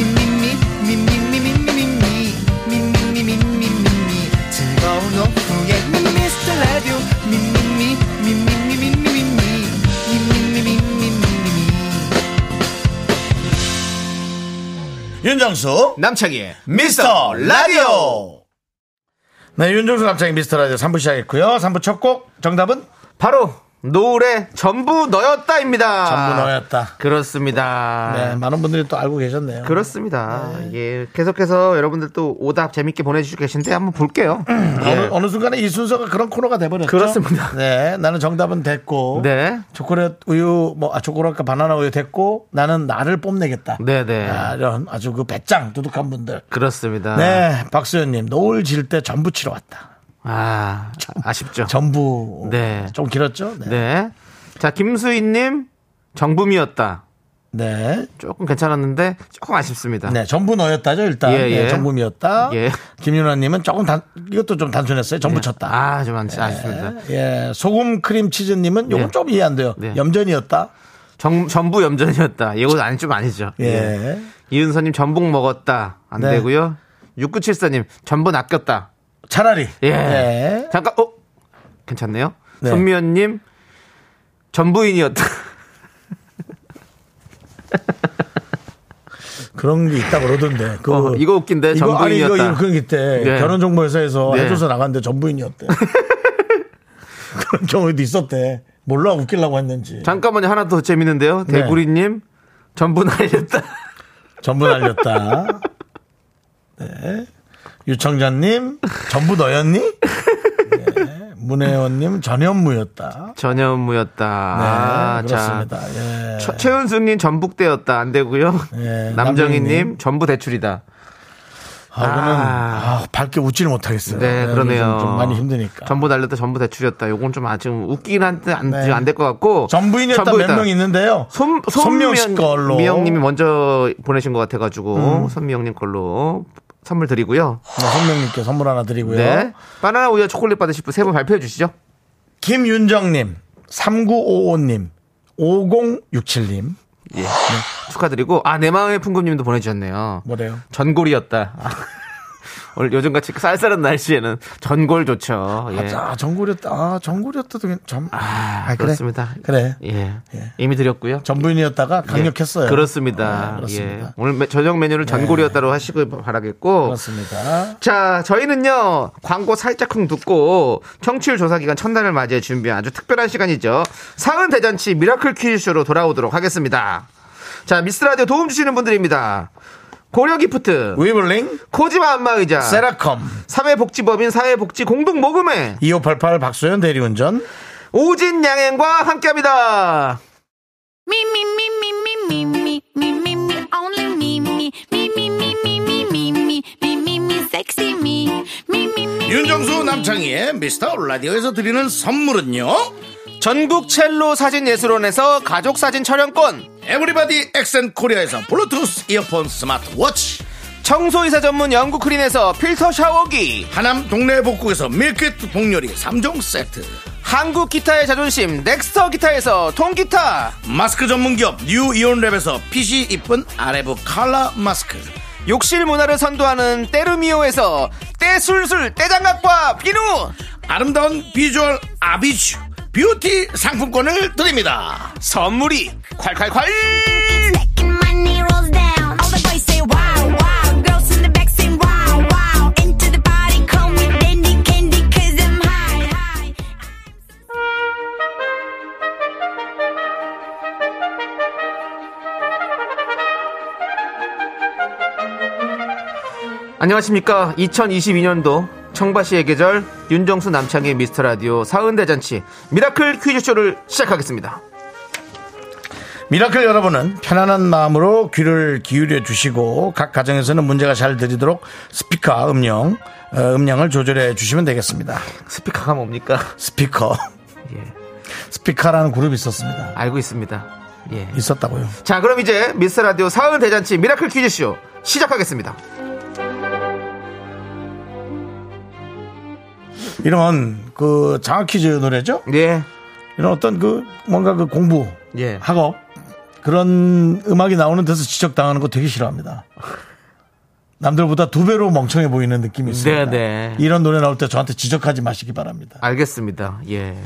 Oh,
윤정수
남창희의
미스터 라디오 네 윤정수 남창희 미스터 라디오 3부 시작했고요 3부 첫 곡 정답은
바로 노래 전부 너였다입니다.
전부 너였다
그렇습니다.
네 많은 분들이 또 알고 계셨네요
그렇습니다. 예, 계속해서 여러분들 또 오답 재밌게 보내주시고 계신데 한번 볼게요.
예.
예.
어느, 어느 순간에 이 순서가 그런 코너가 돼버렸죠
그렇습니다.
네 나는 정답은 됐고
네.
초콜릿 우유 뭐 아, 초콜릿과 바나나 우유 됐고 나는 나를 뽐내겠다
네네.
아, 이런 아주 그 배짱 두둑한 분들
그렇습니다.
네 박수현님 노을 질 때 전부 치러 왔다
아, 아쉽죠.
전부
네.
좀 길었죠 네,
네. 자, 김수인님, 정붐이었다.
네.
조금 괜찮았는데, 조금 아쉽습니다.
네, 전부 너였다죠 일단.
예, 예.
네, 정부미였다.
예.
김윤아님은 조금 단 이것도 좀 단순했어요. 전부 쳤다. 네.
아, 좀 안- 아쉽습니다.
예, 소금 크림 치즈님은 요건
예.
좀 이해 안 돼요.
네.
염전이었다.
정, 전부 염전이었다. 이건 아니, 좀 아니죠.
예.
이은서님, 전복 먹었다. 안
네.
되고요. 6974님, 전부 낚였다.
차라리.
예.
예.
잠깐, 어? 괜찮네요.
네.
손미연님, 전부인이었다.
그런 게 있다 고 그러던데. 그
어, 이거 웃긴데,
이거, 아니 이거
전부인이었다.
그런 게때
네.
결혼 정보회사에서
네.
해줘서 나갔는데 전부인이었대. 그런 경우도 있었대. 몰라 웃기려고 했는지.
잠깐만요, 하나 더 재밌는데요.
네.
대구리님, 전부 날렸다.
전부 날렸다. 네. 유청자님, 전부 너였니? 네. 문혜원님, 전현무였다.
전현무였다.
네,
아, 자.
그렇습니다. 예.
최- 최은숙님 전북대였다 안 되고요.
예,
남정희님
남정희님.
전부 대출이다.
아, 그는
아.
아, 밝게 웃지는 못하겠어요.
네,
네,
그러네요.
요즘 좀 많이 힘드니까.
전부 날렸다 전부 대출이었다. 요건 좀 아직 웃기긴 한데 안 될
네.
것 같고.
전부인이었다 몇 명 있는데요.
손
손명 씨 걸로. 음.
미영님이 뭐- 먼저 보내신 것 같아가지고 손미영님 걸로 선물 드리고요.
네, 선명님께 선물 하나 드리고요.
네. 바나나 우유와 초콜릿 받으실 분 세 분 발표해 주시죠.
김윤정님, 3955님, 5067님.
예. 축하드리고 아 내 마음의 풍금님도 보내주셨네요.
뭐래요?
전골이었다. 아, 오늘 요즘같이 쌀쌀한 날씨에는 전골 좋죠. 예.
아, 정구렸다. 아, 정구렸다도 괜- 전.
아,
그래.
그렇습니다.
그래.
예. 이미 드렸고요.
전부인이었다가
예.
강력했어요.
그렇습니다.
아,
예.
그렇습니다.
오늘 매- 저녁 메뉴를 전골이었다로 하시길 바라겠고.
네. 그렇습니다.
자, 저희는요, 광고 살짝쿵 듣고, 청취율 조사기간 첫날을 맞이해 준비한 아주 특별한 시간이죠. 사은 대잔치 미라클 퀴즈쇼로 돌아오도록 하겠습니다. 자, 미스라디오 도움 주시는 분들입니다. 고려 기프트,
위블링
코지마 안마의자,
세라컴
사회복지법인 사회복지 공동 모금회,
2588 박소연 대리운전
오진 양행과 함께 합니다.
Me, me, me, me, me, me, me, me, me, me, only me, me, me, me, me, me, me, me, me, me, me, me, sexy me, me, me, me.
윤정수 남창희의 미스터 라디오에서 드리는 선물은요
전국 첼로 사진 예술원에서 가족 사진 촬영권,
에브리바디 엑센 코리아에서 블루투스 이어폰 스마트워치
청소이사 전문 영국 크린에서 필터 샤워기,
하남 동네 복국에서 밀키트 복요리 3종 세트
한국 기타의 자존심 넥스터 기타에서 통기타,
마스크 전문기업 뉴 이온랩에서 핏이 이쁜 아레브 칼라 마스크
욕실 문화를 선도하는 때르미오에서 때술술 때장갑과 비누,
아름다운 비주얼 아비쥬 뷰티 상품권을 드립니다
선물이 콸콸콸!
Second money rolls down. All the boys say wow, wow. Girls in the back say wow, wow. Into the party, call me dandy candy, cause I'm high, high.
안녕하십니까. 2022년도 청바시의 계절 윤정수 남창희 미스터 라디오 사은대잔치 미라클 퀴즈쇼를 시작하겠습니다.
미라클 여러분은 편안한 마음으로 귀를 기울여 주시고 각 가정에서는 문제가 잘 들리도록 스피커 음량 어, 음량을 조절해 주시면 되겠습니다.
스피커가 뭡니까?
스피커
예,
스피커라는 그룹이 있었습니다.
알고 있습니다. 예.
있었다고요.
자, 그럼 이제 미스터 라디오 사은대잔치 미라클 퀴즈쇼 시작하겠습니다.
이런 그 장학퀴즈 노래죠.
예.
이런 어떤 그 뭔가 그 공부
예.
학업 그런 음악이 나오는 데서 지적당하는 거 되게 싫어합니다. 남들보다 두 배로 멍청해 보이는 느낌이 있습니다.
네, 네.
이런 노래 나올 때 저한테 지적하지 마시기 바랍니다.
알겠습니다. 예.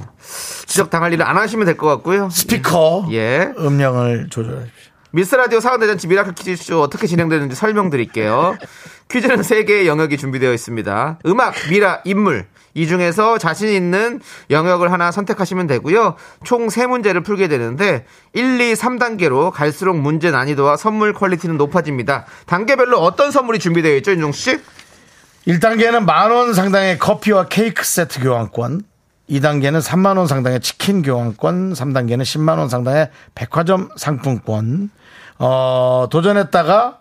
지적 당할 일을 안 하시면 될 것 같고요.
스피커
예.
음량을 조절해 주십시오.
미스라디오 사원대잔치 미라클 퀴즈쇼 어떻게 진행되는지 설명드릴게요. 퀴즈는 세개의 영역이 준비되어 있습니다. 음악, 미라, 인물. 이 중에서 자신 있는 영역을 하나 선택하시면 되고요. 총 세문제를 풀게 되는데 1, 2, 3단계로 갈수록 문제 난이도와 선물 퀄리티는 높아집니다. 단계별로 어떤 선물이 준비되어 있죠, 윤종 씨?
1단계는 만 원 상당의 커피와 케이크 세트 교환권. 2단계는 3만 원 상당의 치킨 교환권, 3단계는 10만 원 상당의 백화점 상품권. 어, 도전했다가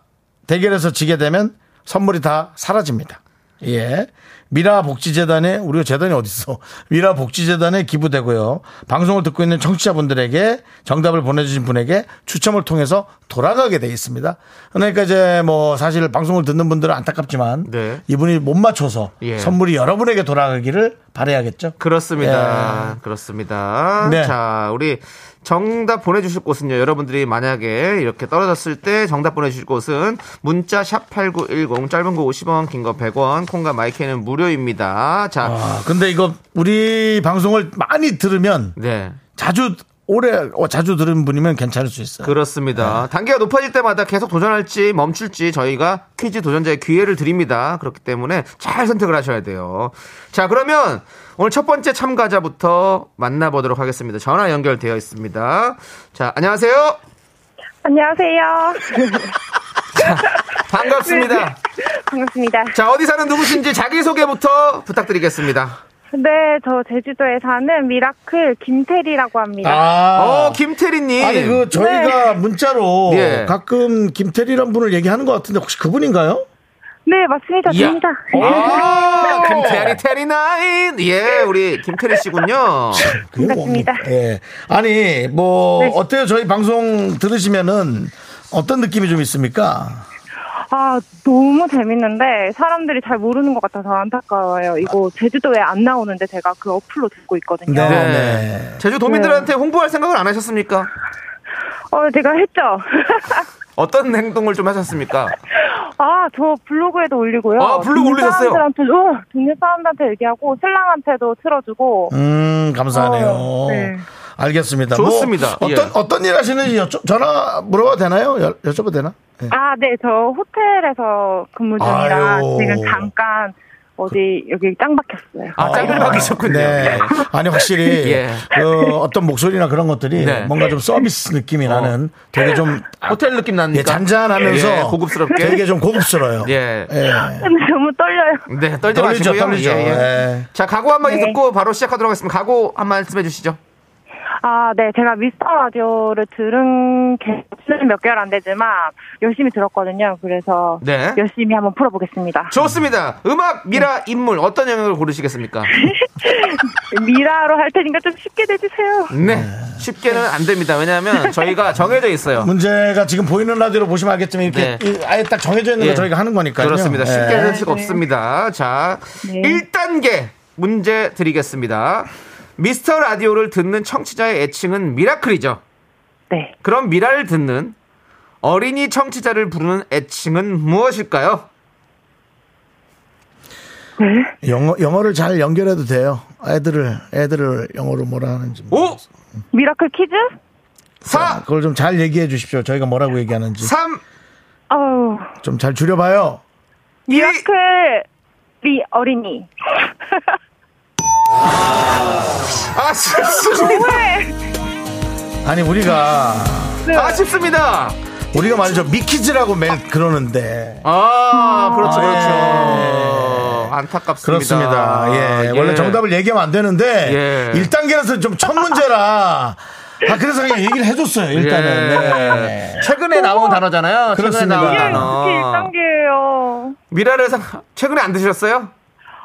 대결에서 지게 되면 선물이 다 사라집니다. 예. 미라 복지재단에 우리 재단이 어디 있어? 미라 복지재단에 기부되고요. 방송을 듣고 있는 청취자분들에게 정답을 보내주신 분에게 추첨을 통해서 돌아가게 돼 있습니다. 그러니까 이제 뭐 사실 방송을 듣는 분들은 안타깝지만
네.
이분이 못 맞춰서
예.
선물이 여러분에게 돌아가기를 바라야겠죠. 예.
그렇습니다. 그렇습니다.
네.
자, 우리 정답 보내주실 곳은요. 여러분들이 만약에 이렇게 떨어졌을 때 정답 보내주실 곳은 문자 샵 #8910 짧은 거 50원, 긴 거 100원, 콩과 마이크는 무료입니다. 자,
아, 근데 이거 우리 방송을 많이 들으면
네.
자주 오래 어, 자주 들은 분이면 괜찮을 수 있어요.
그렇습니다.
네.
단계가 높아질 때마다 계속 도전할지 멈출지 저희가 퀴즈 도전자의 기회를 드립니다. 그렇기 때문에 잘 선택을 하셔야 돼요. 자, 그러면 오늘 첫 번째 참가자부터 만나보도록 하겠습니다. 전화 연결되어 있습니다. 자, 안녕하세요.
안녕하세요.
반갑습니다.
반갑습니다.
자, 어디 사는 누구신지 자기소개부터 부탁드리겠습니다.
네, 저 제주도에 사는 미라클 김태리라고 합니다.
아,
어, 김태리님.
아니 그 저희가 문자로
예.
가끔 김태리란 분을 얘기하는 것 같은데 혹시 그분인가요?
네, 맞습니다. 됩니다.
아, 김태리 테리나인. 예, 우리 김태리 씨군요.
그게
반갑습니다.
뭡니까? 예. 아니 뭐
네.
어때요? 저희 방송 들으시면은 어떤 느낌이 좀 있습니까?
아, 너무 재밌는데 사람들이 잘 모르는 것 같아서 안타까워요. 이거 제주도에 안 나오는데 제가 그 어플로 듣고 있거든요.
네.
아. 네.
네.
제주 도민들한테 홍보할 생각을 안 하셨습니까?
어, 제가 했죠.
어떤 행동을 좀 하셨습니까?
아, 저 블로그에도 올리고요.
아, 블로그
동네
올리셨어요?
사람들한테, 어, 동네 사람들한테 얘기하고 신랑한테도 틀어주고.
음 감사하네요.
어, 네.
알겠습니다.
좋습니다.
뭐
예.
어떤 어떤 일 하시는지 여쭤, 전화 물어봐도 되나요? 여, 여쭤봐도 되나? 예.
아, 네, 저 호텔에서 근무 중이라
아유.
지금 잠깐 어디 여기 짱 박혔어요.
아, 짱을 박이셨군요.
네. 아니 확실히
예.
그 어떤 목소리나 그런 것들이
네.
뭔가 좀 서비스 느낌이 나는 되게 좀
호텔 느낌 나니까.
예, 잔잔하면서
그러니까 예, 고급스럽게.
되게 좀 고급스러워요.
예.
근데 너무 떨려요.
네, 떨지
떨리죠,
마시고요.
떨리죠.
예, 예.
예.
자, 각오 한 마디
네.
듣고 바로 시작하도록 하겠습니다. 각오 한 말씀해 주시죠.
아, 네, 제가 미스터 라디오를 들은 개수는 몇 개월 안 되지만 열심히 들었거든요. 그래서
네.
열심히 한번 풀어보겠습니다.
좋습니다. 음악, 미라, 인물 어떤 영역을 고르시겠습니까?
미라로 할 테니까 좀 쉽게 내주세요.
네. 쉽게는 안 됩니다. 왜냐하면 저희가 정해져 있어요.
문제가 지금 보이는 라디오로 보시면 알겠지만
네.
이렇게 이- 아예 딱 정해져 있는
예.
거 저희가 하는 거니까요.
그렇습니다.
예.
쉽게는 수가 없습니다. 자,
네.
1단계 문제 드리겠습니다. 미스터 라디오를 듣는 청취자의 애칭은 미라클이죠.
네.
그럼 미라를 듣는 어린이 청취자를 부르는 애칭은 무엇일까요?
네?
영어 영어를 잘 연결해도 돼요. 애들을 애들을 영어로 뭐라 하는지.
5,
미라클 퀴즈?
4,
그걸 좀 잘 얘기해 주십시오. 저희가 뭐라고 얘기하는지
3,
어우,
좀 잘 줄여봐요.
2,
미라클 리 어린이.
아, 쉽습니다.
아니 우리가 네.
아쉽습니다.
우리가 말이죠 미키즈라고 맨 그러는데
음.
아, 그렇죠,
예.
그렇죠. 안타깝습니다.
네. 그렇습니다. 예. 원래 정답을 얘기하면 안 되는데
예.
일 1단계라서 좀 첫 문제라 아 그래서 그냥 얘기를 해줬어요 일단은 네.
예. 최근에 나온 단어잖아요.
그렇습니다.
최근에
이게
나온
어떻게
단어.
1단계예요.
미라를 상- 최근에 안 드셨어요?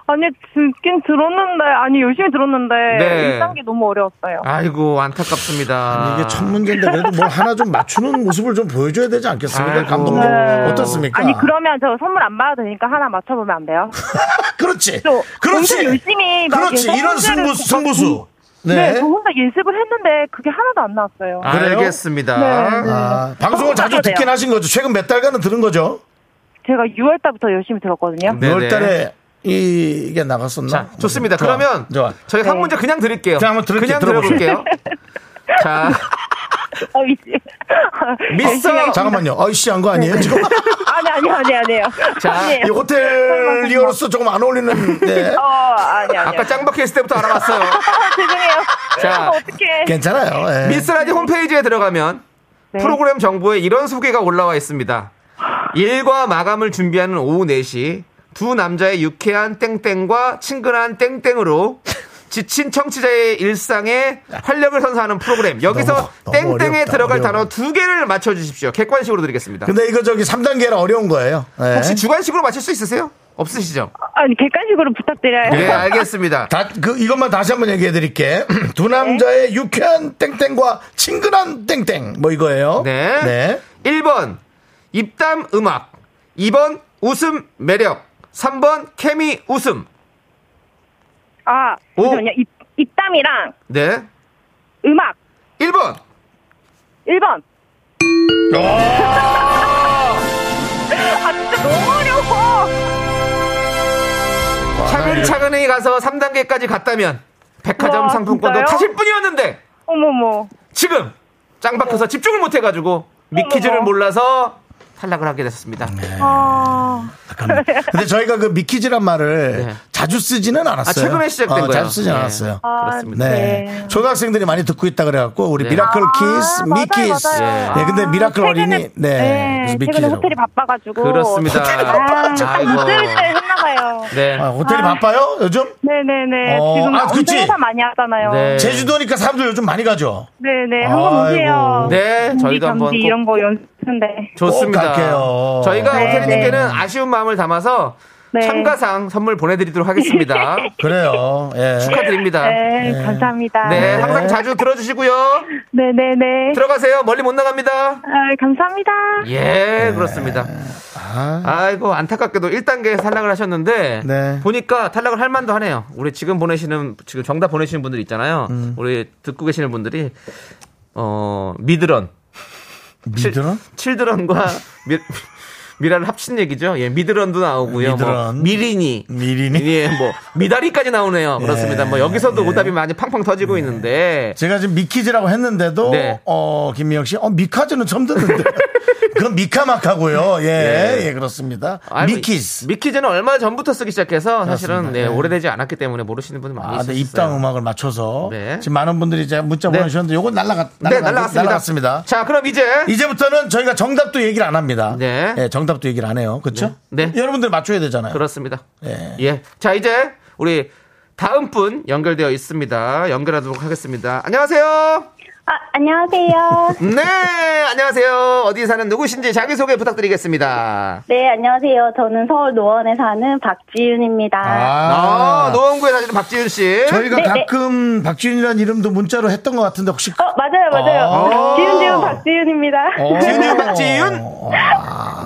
아니, 듣긴 들었는데, 아니, 열심히 들었는데,
네.
1단계 너무 어려웠어요.
아이고 안타깝습니다.
이게 첫 문제인데 그래도 뭘 하나 좀 맞추는 모습을 좀 보여줘야 되지 않겠습니까
아이고.
감독님
네.
어떻습니까
아니 그러면 저 선물 안 받아도 되니까 하나 맞춰보면 안 돼요?
그렇지
저
그렇지
엄청 열심히 막
그렇지
이렇게
이런 아,
성공자를
승부, 승부수
네,
네.
저 혼자 예습을 했는데 그게 하나도 안 나왔어요.
그래요?
알겠습니다.
네, 네.
아, 방송을 자주
성공자가 돼요.
듣긴 하신 거죠 최근 몇 달간은 들은 거죠
제가 6월 달부터 열심히 들었거든요.
네네.
6월달에 이게 나갔었나
자, 좋습니다.
좋아,
그러면
좋아.
저희 한 문제 그냥 드릴게요.
그냥 한번 들을게요.
그냥 들어볼게요. 자,
어, 미치.
미스터
잠깐만요. 아이씨 한 거 아니에요? 지금
아니 아니 아니 아니에요.
자,
아니에요.
이 호텔 네. 리어로서 조금 안 어울리는데
어 아니 아니.
아까 짱박혀 있을 때부터
아
알아봤어요.
죄송해요.
자,
네.
어떻게?
괜찮아요. 예.
미스라디 홈페이지에 들어가면 프로그램 정보에 이런 소개가 올라와 있습니다. 일과 마감을 준비하는 오후 4시 두 남자의 유쾌한 땡땡과 친근한 땡땡으로 지친 청취자의 일상에 활력을 선사하는 프로그램. 여기서
너무
땡땡에
어렵다,
들어갈
어려워.
단어 두 개를 맞춰 주십시오. 객관식으로 드리겠습니다.
근데 이거 저기 3단계라 어려운 거예요. 예.
혹시 주관식으로 맞출 수 있으세요? 없으시죠?
아니 객관식으로 부탁드려요.
네, 알겠습니다.
다, 그, 이것만 다시 한번 얘기해 드릴게. 두 남자의 유쾌한 땡땡과 친근한 땡땡. 뭐 이거예요.
네.
네.
1번 입담 음악, 2번 웃음 매력, 3번 케미 웃음.
아
오.
잠시만요. 입 입담이랑
네.
음악
1번.
1번. 아 진짜 너무 어려워.
아, 예.
차근차근히 가서 3단계까지 갔다면 백화점
와,
상품권도
진짜요?
타실 분이었는데
어머머.
지금 짱 박혀서 집중을 못 해가지고
어.
미키즈를 몰라서 탈락을 하게 됐습니다.
네.
아
잠깐만. 근데 저희가 그 미키즈란 말을
네.
자주 쓰지는 않았어요.
아, 최근에 시작된
어,
거예요.
자주 쓰진
네.
않았어요.
아,
그렇습니다.
네.
네.
초등학생들이 많이 듣고 있다 그래갖고, 우리
네.
미라클 키스,
아,
미키스.
맞아요,
예.
맞아요.
네, 근데 미라클
최근에-
어린이, 네. 그래서
최근에
미키즈라고.
호텔이 바빠가지고.
그렇습니다.
아,
아이고.
일주일 때 했나봐요.
네.
아, 호텔이 바빠요? 요즘?
네네네.
어,
지금
아, 그치?
엄청 회사 많이 하잖아요.
네.
제주도니까 사람들 요즘 많이 가죠.
네네. 한번
아이고.
오세요.
네,
경기,
저희도 한번
경기
꼭-
이런 거 연습인데.
꼭
좋습니다.
갈게요.
저희가
네,
호텔님께는 아쉬운 마음을 담아서
네.
참가상 선물 보내드리도록 하겠습니다.
그래요. 예.
축하드립니다.
네, 감사합니다.
네, 항상 자주 들어주시고요.
네네네.
들어가세요. 멀리 못 나갑니다.
아, 감사합니다.
예, 그렇습니다.
아,
아이고, 안타깝게도 1단계 탈락을 하셨는데,
네.
보니까 탈락을 할 만도 하네요. 우리 지금 보내시는, 지금 정답 보내시는 분들 있잖아요.
음.
우리 듣고 계시는 분들이, 어, 미드런.
미드런?
칠드런과 미, 미라를 합친 얘기죠. 예, 미드런도 나오고요. 뭐,
미드런.
미리니.
미리니? 예.
예, 뭐, 미다리까지 나오네요. 그렇습니다. 뭐, 여기서도 오답이 많이 팡팡 터지고 있는데,
제가 지금 미키즈라고 했는데도
네.
어 김미영 씨, 어 미카즈는 처음 듣는데 그건 미카마카고요.
네.
예, 예, 그렇습니다.
아니, 뭐
미키즈.
미키즈는 얼마 전부터 쓰기 시작해서 사실은
그렇습니다.
네,
예.
오래되지 않았기 때문에 모르시는 분이 많이
아, 네,
있어요.
입당 음악을 맞춰서
네.
지금 많은 분들이 이제 문자
네.
보내주셨는데 요건 날라갔
네,
날라갔-
날라갔습니다.
날라갔습니다.
자, 그럼 이제
이제부터는 저희가 정답도 얘기를 안 합니다.
네.
예, 정답도 얘기를 안 해요. 그렇죠?
네. 네.
여러분들 맞춰야 되잖아요.
그렇습니다.
예.
예. 자, 이제 우리 다음 분 연결되어 있습니다. 연결하도록 하겠습니다. 안녕하세요.
아, 안녕하세요.
네, 안녕하세요. 어디 사는 누구신지 자기소개 부탁드리겠습니다.
네, 안녕하세요. 저는 서울 노원에 사는 박지윤입니다.
아,
아,
노원구에 사시는 박지윤 씨.
저희가
네, 네.
가끔 박지윤이라는 이름도 문자로 했던 것 같은데 혹시
어, 맞아요,
아.
맞아요. 지윤, 지윤, 박지윤입니다.
지윤이요, 박지윤?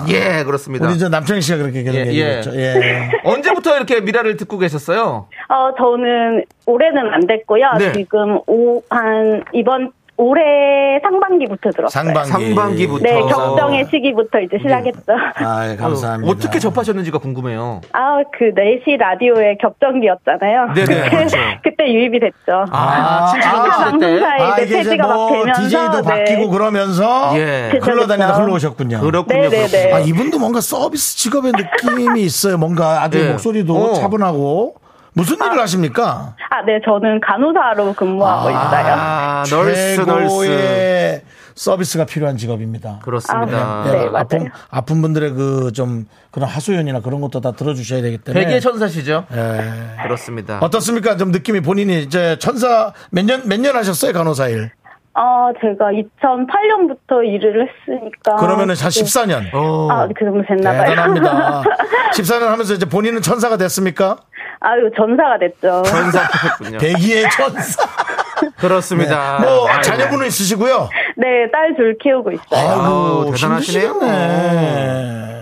예, 그렇습니다.
아, 우리 저 남창희 씨가 그렇게 그렇게
예,
얘기했죠. 예.
언제부터 이렇게 미라를 듣고 계셨어요?
어, 저는 올해는 안 됐고요.
네.
지금 오, 한, 이번, 올해 상반기부터 들었어요.
상반기.
상반기부터.
네,
어.
격정의 시기부터 이제 시작했죠.
네.
아, 예, 감사합니다.
어떻게 접하셨는지가 궁금해요.
아, 그 4시 라디오의 격정기였잖아요.
네네, 그렇죠.
그때 유입이 됐죠.
아, 친구랑
아,
있을 때.
방송사에
아,
이제
이게 이제
페이지가 막
뭐
되면서.
DJ도 바뀌고 그러면서
예.
그쵸,
흘러다니다
그쵸.
흘러오셨군요.
그렇군요.
네, 네,
그렇군요.
네.
아, 이분도 뭔가 서비스 직업의 느낌이 있어요. 뭔가 아주
예.
목소리도
어.
차분하고 무슨 일을 하십니까?
아, 네, 저는 간호사로 근무하고 뭐 있어요.
아, 널스, 널스.
최고의 서비스가 필요한 직업입니다.
그렇습니다.
예,
네, 맞아요.
아픈 아픈 분들의 그 좀 그런 하소연이나 그런 것도 다 들어주셔야 되기 때문에
백의 천사시죠?
예.
그렇습니다.
어떻습니까? 좀 느낌이 본인이 이제 천사 몇 년 몇 년 하셨어요 간호사 일?
어, 제가 2008년부터 일을 했으니까. 그-
그러면은 한 14년.
어.
아, 그 정도 됐나봐요.
대단합니다. 14년 하면서 이제 본인은 천사가 됐습니까?
아유, 전사가 됐죠.
천사셨군요.
대기의 천사.
그렇습니다.
뭐
네. 아이고.
자녀분은 있으시고요.
네, 딸 둘 키우고 있어요.
아유
대단하시네요.
힘드시겠네.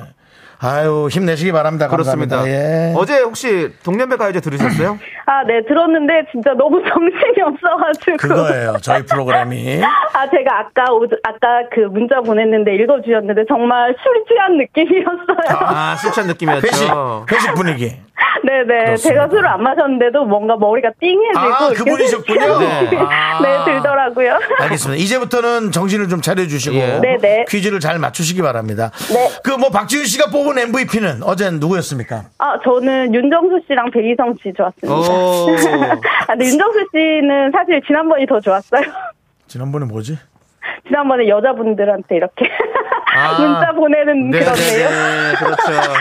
아유 힘내시기 바랍니다.
그렇습니다.
감사합니다. 예.
어제 혹시 동년배 가요제 들으셨어요?
아, 네, 들었는데 진짜 너무 정신이 없어가지고.
그거예요. 저희 프로그램이
아, 제가 아까, 오, 아까 그 문자 보냈는데 읽어주셨는데 정말 술 취한 느낌이었어요.
아, 실천
회식
느낌이었죠.
회식 분위기.
네네. 제가 술을 안 마셨는데도 뭔가 머리가 띵해지고.
아,
이렇게
그분이셨군요.
생각이
아.
네, 들더라고요.
알겠습니다. 이제부터는 정신을 좀 차려주시고
예.
네네.
퀴즈를 잘 맞추시기 바랍니다.
네.
그 뭐 박지윤 씨가 뽑은 MVP는 어젠 누구였습니까?
아, 저는 윤정수 씨랑 백이성 씨
오.
좋았습니다. 아, 근데 윤정수 씨는 사실 지난번이 더 좋았어요.
지난번에 뭐지?
지난번에 여자분들한테 이렇게
아.
문자 보내는
네,
그런
네,
데요
네, 그렇죠.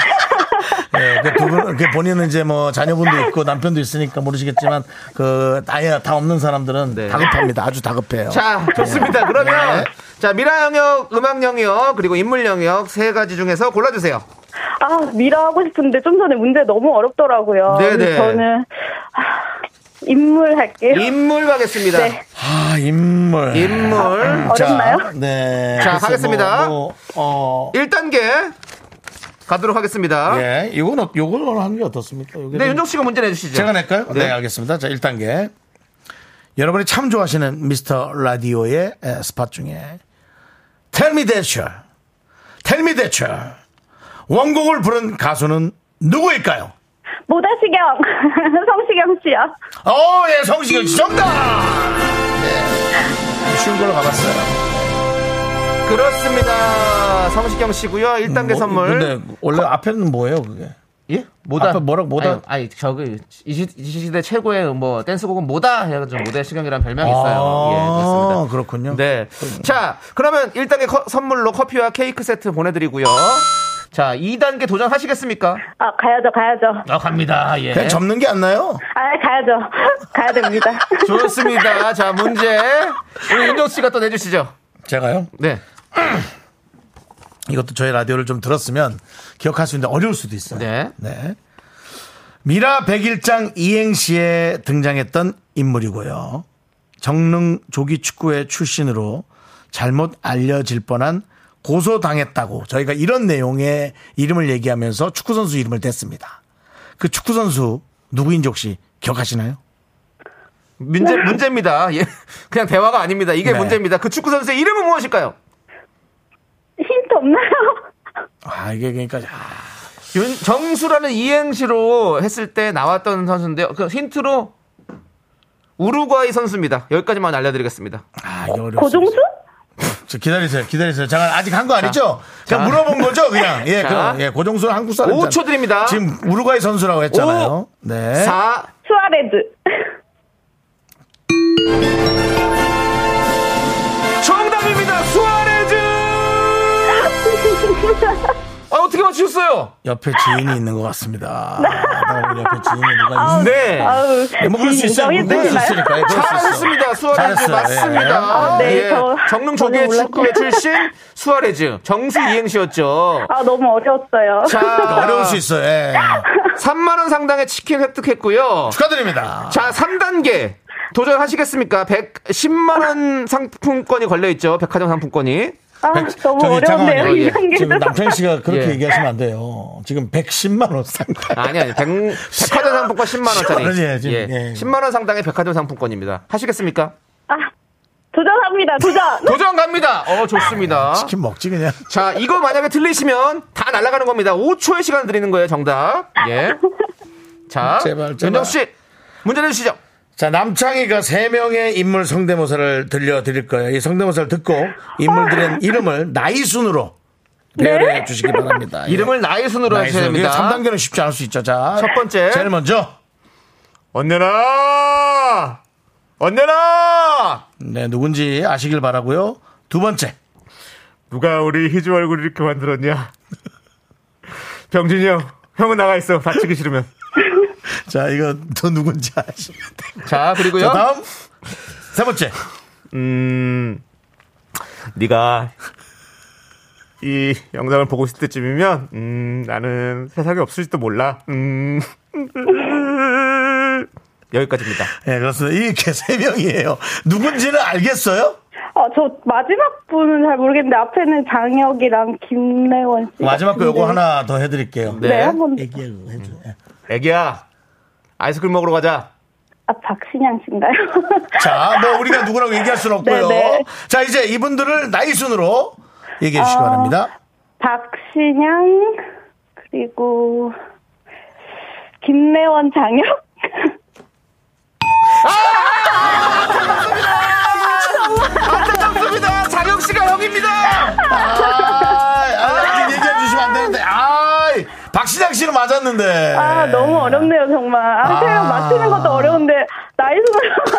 예, 그 두 분, 그 본인은 이제 뭐 자녀분도 있고 남편도 있으니까 모르시겠지만 그 아예 다 없는 사람들은
네.
다급합니다. 아주 다급해요. 네.
자, 좋습니다. 그러면 자 미라 영역, 음악 영역, 그리고 인물 영역 세 가지 중에서 골라주세요.
아, 미라 하고 싶은데 좀 전에 문제 너무 어렵더라고요.
네네.
그래서 저는 아, 인물 할게요.
인물 가겠습니다.
네.
아, 인물.
인물.
어렵나요?
자, 네.
자,
글쎄
하겠습니다.
뭐, 뭐, 어,
1단계 가도록 하겠습니다.
예, 이건, 어- 요걸 하는 게 어떻습니까? 요게
아? 네, 윤정 씨가 문제 내주시죠.
제가 낼까요? 네.
네.
알겠습니다. 자, 1단계. 여러분이 참 좋아하시는 미스터 라디오의 에, 스팟 중에 Tell me that you. Tell me that you. 원곡을 부른 가수는 누구일까요?
모다시경, 성시경 씨요.
어, 예, 성시경 씨 정답! 네. 쉬운 걸로 가봤어요.
그렇습니다. 성시경 씨고요. 1단계
뭐,
선물.
근데 원래 앞에는 뭐예요, 그게?
예? 뭐다?
앞에 뭐라고, 뭐다?
아니, 아니 저그 이, 시- 이 시대 최고의 뭐 댄스곡은 뭐다? 해가지고 모델 시경이라는 별명이
아.
있어요. 예, 그렇습니다.
그렇군요.
네. 자, 그러면 1단계 커- 선물로 커피와 케이크 세트 보내드리고요. 자, 2단계 도전하시겠습니까?
아, 가야죠, 가야죠.
아, 갑니다. 예.
그냥 접는 게 안 나요?
아, 가야죠. 가야 됩니다.
좋습니다. 자, 문제. 우리 윤정 씨가 또 내주시죠.
제가요?
네.
이것도 저희 라디오를 좀 들었으면 기억할 수 있는데 어려울 수도 있어요.
네.
미라 101장 이행시에 등장했던 인물이고요. 정릉 조기 축구회 출신으로 잘못 알려질 뻔한 고소당했다고 저희가 이런 내용의 이름을 얘기하면서 축구선수 이름을 댔습니다. 그 축구선수 누구인지 혹시 기억하시나요?
문제, 문제입니다. 예. 그냥 대화가 아닙니다. 이게
네.
문제입니다. 그 축구 선수의 이름은 무엇일까요?
힌트 없나요?
아, 이게 그러니까
윤, 정수라는 이행시로 했을 때 나왔던 선수인데요. 그 힌트로 우루과이 선수입니다. 여기까지만 알려드리겠습니다.
아, 이게 어려워.
고종수?
저 기다리세요, 기다리세요. 잠깐 아직 한 거 아니죠? 그냥
자.
물어본 거죠, 그냥. 예,
자.
그럼 예, 고정수 한국 사람.
오 초 드립니다.
지금 우루과이 선수라고 했잖아요.
오,
네.
사
수아레드.
정답입니다. 수아레즈. 아 어떻게 맞추셨어요?
옆에 지인이 있는 것 같습니다. 나 옆에 지인이 누가 있는.
네.
아우,
네, 뭐 그럴 수 있어요. 뭐 그럴 수
인정해주시나요?
있으니까. 예, 그럴 수 있어요.
잘하셨습니다. 수아레즈
잘했어요. 예.
맞습니다.
아, 네, 저-
정릉 조계
저는
축구회 출신 수아레즈 정수 이행시였죠.
아, 너무 어려웠어요.
자,
어려울 수 있어요. 예.
3만 원 상당의 치킨 획득했고요.
축하드립니다.
자, 3단계. 도전하시겠습니까? 110만 원 상품권이 걸려 있죠. 백화점 상품권이.
아, 너무 어려운데요,
잠깐만요.
이
예.
지금
단계도.
남창희 씨가 그렇게
예.
얘기하시면 안 돼요. 지금 110만 원 상당.
아니 아니. 백, 백화점 상품권 10만 원짜리.
시원하지, 지금. 예.
10만 원 상당의 백화점 상품권입니다. 하시겠습니까?
아, 도전합니다, 도전!
도전 갑니다. 어, 좋습니다.
아, 치킨 먹지 그냥.
자, 이거 만약에 틀리시면 다 날아가는 겁니다. 5초의 시간 드리는 거예요, 정답. 예. 자,
제발, 제발.
윤정 씨 문제 내 주시죠.
자, 남창희가 세명의 인물 성대모사를 들려드릴 거예요. 이 성대모사를 듣고 인물들의 이름을 나이 순으로
네.
배열해 주시기 바랍니다. 예.
이름을 나이 순으로
나이
하셔야
순.
됩니다.
3단계는 쉽지 않을 수 있죠. 자.
첫 번째.
제일 먼저.
언제나! 언제나!
네, 누군지 아시길 바라고요. 두 번째.
누가 우리 희주 얼굴 이렇게 만들었냐? 병준이 형, 형은 나가 있어. 다치기 싫으면.
자, 이거 또 누군지 아시면 돼요.
자, 그리고요.
자, 다음. 세 번째.
음, 네가 이 영상을 보고 있을 때쯤이면, 음, 나는 세상에 없을지도 몰라. 음. 여기까지입니다.
예, 그렇습니다. 이렇게 세 명이에요. 누군지는 알겠어요?
아, 저 마지막 분은 잘 모르겠는데, 앞에는 장혁이랑 김래원 씨.
마지막 거 요거 하나 더 해드릴게요.
네, 한번
얘기해 줘.
애기야, 아이스크림 먹으러 가자.
아, 박신양 씨인가요?
자, 뭐 우리가 누구라고 얘기할 수는 없고요.
네, 네.
자, 이제 이분들을 나이 순으로 얘기해 주시기
어.
바랍니다.
박신양, 그리고 김내원 장혁?
아, 안타깝습니다. 장혁 씨가 형입니다.
아, 이렇게 얘기해 주시면 안 되는데. 아, 박시장 씨는 맞았는데.
아, 너무 어렵네요, 정말. 아, 제가
아.
맞히는 것도 어려운데, 나이 스물.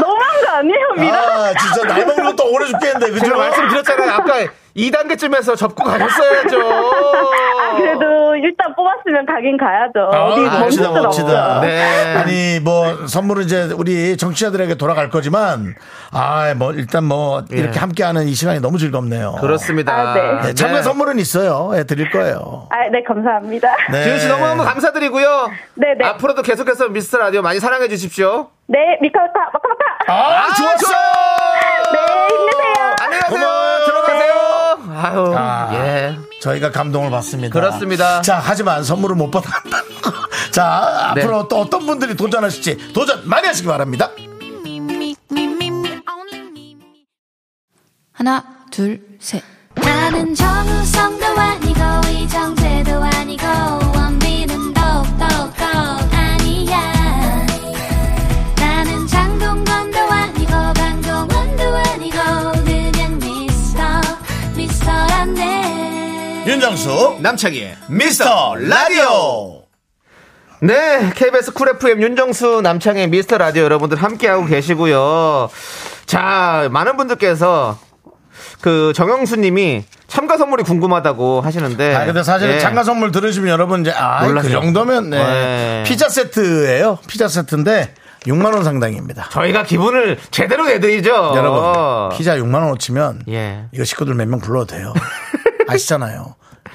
너무한 거 아니에요, 미라?
아, 진짜 나이 먹는 것도 오래 죽겠는데, 그죠?
제가 말씀드렸잖아요. 아까 2단계쯤에서 접고 가셨어야죠.
아, 그래도 일단 뽑았으면 가긴 가야죠.
아,
아,
어디 먼
멋지다,
곳은
멋지다.
없죠.
네.
아니, 뭐, 선물은 이제 우리 정치자들에게 돌아갈 거지만, 아, 뭐, 일단 뭐, 이렇게
예.
함께하는 이 시간이 너무 즐겁네요.
그렇습니다.
아, 네.
예, 참가 선물은 있어요. 예, 드릴 거예요.
아, 네, 감사합니다.
네.
지은 씨 너무너무 감사드리고요.
네, 네.
앞으로도 계속해서 미스터 라디오 많이 사랑해 주십시오.
네, 미카마카, 마카마카!
아, 좋았어!
네, 힘내세요!
안녕히 가세요.
고마워요.
들어가세요. 아유.
아.
예.
저희가 감동을 받습니다.
그렇습니다.
자, 하지만 선물을 못 받았다. 자,
네.
앞으로 또 어떤 분들이 도전하실지 도전 많이 하시기 바랍니다.
Me, me, me, me, me, only me, me.
하나, 둘, 셋.
나는 정우성도 아니고 이정재도 아니고 원빈은 더욱더 아니야 나는 장동건도 아니고 강동원도 아니고 그냥 미스터 미스터란데
윤정수,
남창희의
미스터 라디오.
네, KBS 쿨 FM 윤정수 남창의 미스터 라디오 여러분들 함께하고 계시고요. 자, 많은 분들께서 그 정영수 님이 참가 선물이 궁금하다고 하시는데.
아, 근데 사실은
예.
참가 선물 들으시면 여러분 이제, 아, 그
놀라세요.
정도면, 네.
네.
피자 세트예요 피자 세트인데, 6만원 상당입니다.
저희가 기분을 제대로 내드리죠.
여러분, 네. 피자 6만원 치면,
예.
이거 식구들 몇 명 불러도 돼요. 아시잖아요.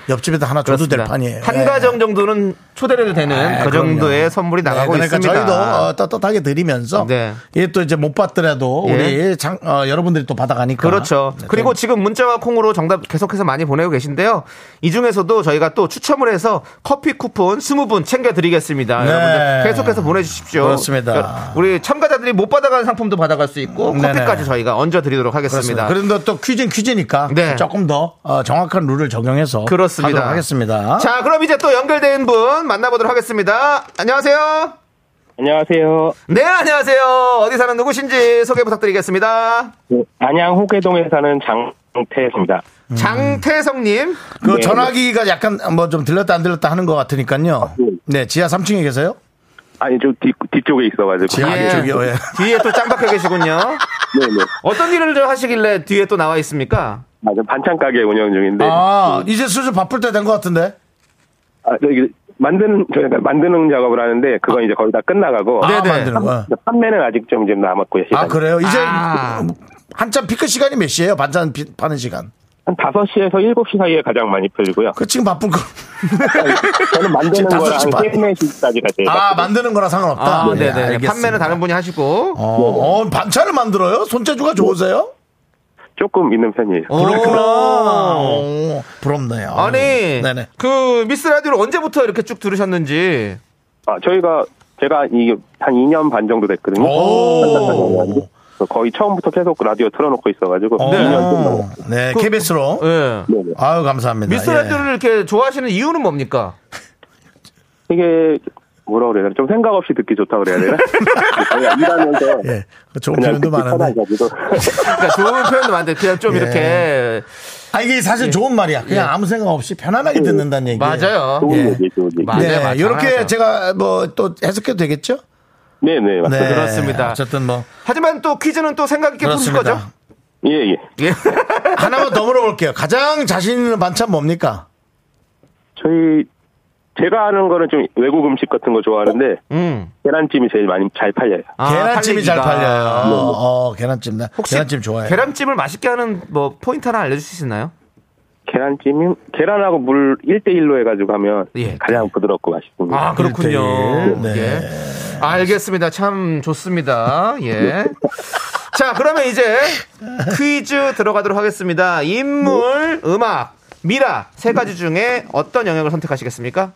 옆집에도 하나 줘도
그렇습니다.
될 판이에요.
한
예.
가정 정도는 초대를 되는
아,
그
그럼요.
정도의 선물이
네,
나가고
그러니까
있습니다.
저희도 어, 떳떳하게 드리면서
네.
이게 또 이제 못 받더라도
예.
우리 장, 어, 여러분들이 또 받아가니까
그렇죠.
네,
그리고
좀-
지금 문자와 콩으로 정답 계속해서 많이 보내고 계신데요. 이 중에서도 저희가 또 추첨을 해서 커피 쿠폰 20분 챙겨드리겠습니다.
네.
여러분들 계속해서 보내주십시오.
그렇습니다.
우리 참가자들이 못 받아간 상품도 받아갈 수 있고
네네.
커피까지 저희가 얹어드리도록 하겠습니다.
그렇습니다. 그런데 또 퀴즈는 퀴즈니까
네.
조금 더 어, 정확한 룰을 적용해서
그렇습니다.
하도록 하겠습니다.
자, 그럼 이제 또 연결된 분 만나보도록 하겠습니다. 안녕하세요.
안녕하세요.
네, 안녕하세요. 어디 사는 누구신지 소개 부탁드리겠습니다.
그 안양 호계동에 사는 장태입니다.
음.
장태성님.
그
네.
전화기가 약간 뭐 좀 들렸다 안 들렸다 하는 것
아,
같으니까요. 네, 지하 3층에 계세요?
아니 저 뒤, 뒤쪽에 있어가지고.
지하
예.
안쪽이요. 예.
뒤에 또 짱박혀 계시군요.
네네.
어떤 일을 하시길래 뒤에 또 나와 있습니까?
아, 저 반찬 가게 운영 중인데.
아, 이제 수술 바쁠 때 된 것 같은데.
아, 저기 만드는 저희가 만드는 작업을 하는데 그건 이제 거의 다 끝나가고.
아,
네네.
만드는 거.
판매는 아직 좀 이제 남았고요. 시간이.
아, 그래요? 이제
아.
한참 피크 시간이 몇 시예요? 반찬 피- 파는 시간.
한 5시에서 7시 사이에 가장 많이 풀리고요.
그 지금 바쁠 거.
저는 만드는
지금
거랑
5시 반.
3시까지가 제일
아 만드는 거랑 상관없다.
아,
네,
네네.
알겠습니다.
판매는 다른 분이 하시고.
어,
네,
어, 반찬을 만들어요? 손재주가 좋으세요? 어,
조금 뭐, 있는 편이에요.
그렇구나.
오.
오, 부럽네요.
아니,
네네.
그 미스 라디오를 언제부터 이렇게 쭉 들으셨는지.
아, 저희가 제가 이 한 2년 반 정도 됐거든요. 그
오.
거의 처음부터 계속 라디오 틀어놓고 있어가지고
어,
2년 동안
네,
그
KBS로.
예.
네네.
아유, 감사합니다.
미스
예.
라디오를 이렇게 좋아하시는 이유는 뭡니까?
되게 뭐라 그래야 되나 좀 생각 없이 듣기 좋다 그래야 되나 그냥 일하면서
예. 좋은
그냥
표현도
듣기
많은데.
편해가지고
그러니까 좋은 표현도 많은데 그냥 좀
예.
이렇게 예.
아, 이게 사실 좋은 말이야. 그냥 아무 생각 없이
음.
편안하게 듣는다는 얘기.
맞아요.
네. 좋은
예.
얘기 좋은 얘기
맞- 맞아요, 맞아요.
이렇게
잘하죠.
제가 뭐 또 해석해도 되겠죠?
네네 맞습니다
네.
그렇습니다.
어쨌든 뭐.
하지만 또 퀴즈는 또 생각 있게 푸실 거죠?
그렇습니다.
예예
예.
하나만 더 물어볼게요. 가장 자신 있는 반찬 뭡니까?
저희 제가 하는 거는 좀 외국 음식 같은 거 좋아하는데
음.
계란찜이 제일 많이 잘 팔려요
아,
계란찜이 잘
팔리기가.
팔려요. 어, 계란찜. 나
혹시
계란찜 좋아해요.
계란찜을 맛있게 하는 뭐 포인트 하나 알려줄 수 있나요?
계란찜이 계란하고 물 1대1로 해가지고 하면
예.
가장 부드럽고 맛있습니다
아 그렇군요.
일대일. 네.
예. 알겠습니다. 참 좋습니다. 예. 자 그러면 이제 퀴즈 들어가도록 하겠습니다. 인물, 음악, 미라 세 가지 중에 어떤 영역을 선택하시겠습니까?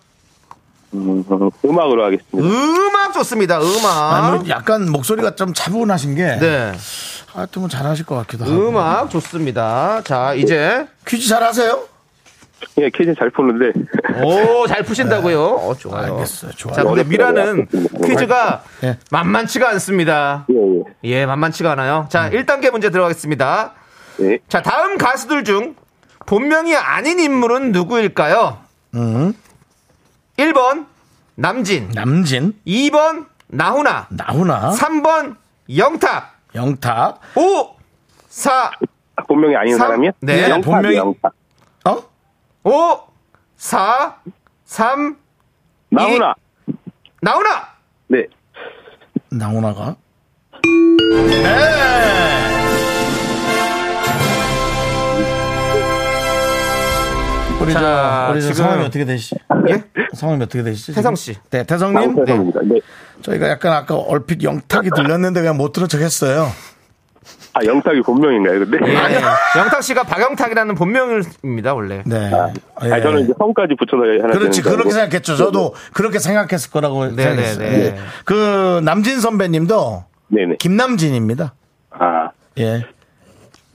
음, 음악으로 하겠습니다
음악 좋습니다.
아니,
음악.
뭐 약간 목소리가 좀 차분하신 게.
네.
하여튼 뭐 잘하실 것 같기도 하고.
음악 좋습니다. 자 이제
퀴즈 잘하세요?
예, 퀴즈 잘 푸는데.
오, 잘 푸신다고요? 어, 좋아요.
네. 알겠어요. 좋아요.
자, 근데 미라는 퀴즈가
예.
만만치가 않습니다. 예, 만만치가 않아요. 자,
음.
1단계 문제 들어가겠습니다. 자, 다음 가수들 중 본명이 아닌 인물은 누구일까요?
음.
1번 남진.
남진.
2번 나훈아.
나훈아.
3번 영탁.
영탁.
5 4
본명이 아닌
삼-
사람이야?
네.
영탁,
본명이-
영탁.
5 4 3
나훈아.
나훈아.
네.
나훈아가
네.
우리
자,
저, 우리 저
지금-
성함이 어떻게 되시죠?
예?
성함이 어떻게 되시죠?
태성 씨.
지금? 네, 태성님.
태성입니다. 네.
저희가 약간 아까 얼핏 영탁이 들렸는데 그냥 못 들은 척했어요.
아, 영탁이 본명인가요, 근데?
예. 영탁 씨가 박영탁이라는 본명입니다, 원래.
네.
아,
예.
저는 이제 성까지 붙여서 네, 하나
그렇지
네, 되는 줄 알고.
그렇게 생각했죠. 저도 그렇게 생각했을 거라고
네,
생각했어요.
네, 네.
예. 그 남진 선배님도
네네.
김남진입니다.
아,
예.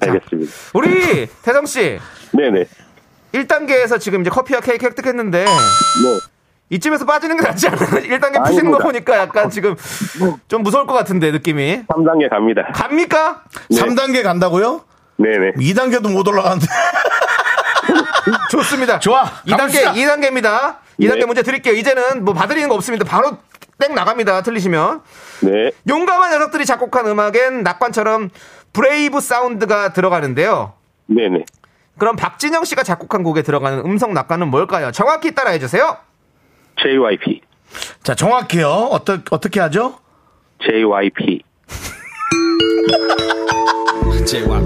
알겠습니다.
우리 태성 씨
네네.
1단계에서 지금 이제 커피와 케이크 획득했는데
뭐,
이쯤에서 빠지는 게 낫지 않아요? 1단계 푸시는
아닙니다. 뭐.
거 보니까 약간 지금 좀 무서울 것 같은데 느낌이
3단계 갑니다.
갑니까?
네.
3단계 간다고요?
네네.
2단계도 못 올라가는데.
좋습니다.
좋아.
2단계
갑시다.
2단계입니다. 2단계
네.
문제 드릴게요. 이제는 뭐 봐드리는 거 없습니다. 바로 땡 나갑니다. 틀리시면
네.
용감한 녀석들이 작곡한 음악엔 낙관처럼 브레이브 사운드가 들어가는데요.
네네.
그럼 박진영 씨가 작곡한 곡에 들어가는 음성 낙관은 뭘까요? 정확히 따라해 주세요.
JYP.
자, 정확히요. 어떻게 어떻게 하죠?
JYP.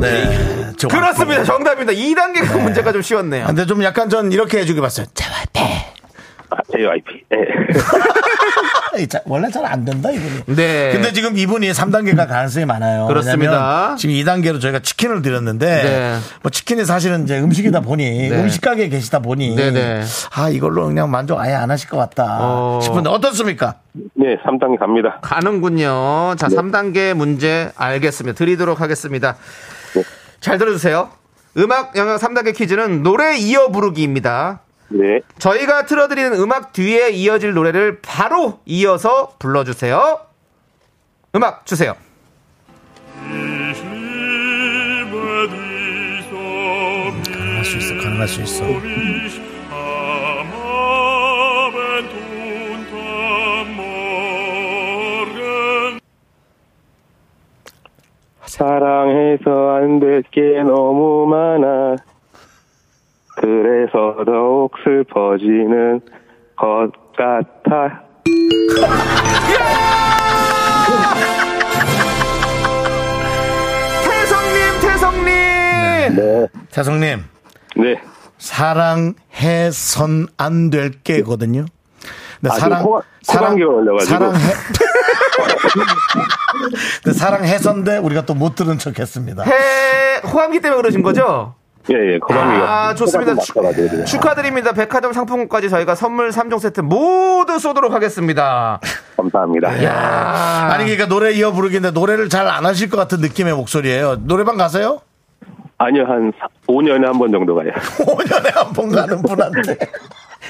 네. 저-
그렇습니다. 정답입니다. 2단계가 문제가 좀 쉬웠네요.
근데 좀 약간 전 이렇게 해주기 봤어요. 자,
아, JYP. 예.
이 자- 원래 잘 안 된다 이분이.
네.
근데 지금 이분이 3단계가 가능성이 많아요.
그렇습니다.
왜냐면 지금 2단계로 저희가 치킨을 드렸는데
네.
뭐 치킨이 사실은 이제 음식이다 보니
네.
음식 가게에 계시다 보니
네, 네.
아 이걸로 그냥 만족 아예 안 하실 것 같다
어.
싶은데 어떻습니까?
네, 3단계 갑니다. 네.
가는군요. 자, 3단계 문제 알겠습니다. 드리도록 하겠습니다.
네.
잘 들어주세요. 음악 영역 3단계 퀴즈는 노래 이어 부르기입니다.
네.
저희가 틀어드리는 음악 뒤에 이어질 노래를 바로 이어서 불러주세요. 음악 주세요.
할 수 있어 가능할 수 있어.
사랑해서 안 될 게 너무 많아. 그래서 더욱 슬퍼지는 것 같아.
태성님, 태성님!
네. 태성님
네.
사랑해선 안 될 게거든요. 근데
아, 지금 코가- 코감기가 걸려가지고.
사랑해. 근데 사랑해선데 우리가 또 못 들은 척했습니다.
해, 호감기 때문에 그러신 거죠?
예, 예, 고맙습니다.
아, 좋습니다.
맞춰가지고.
축하드립니다. 백화점 상품권까지 저희가 선물 3종 세트 모두 쏘도록 하겠습니다.
감사합니다.
야
아니 그러니까 노래 이어 부르기인데 노래를 잘 안 하실 것 같은 느낌의 목소리예요. 노래방 가세요?
아니요, 한 5년에 한 번 정도 가요.
5년에 한 번 가는 분한테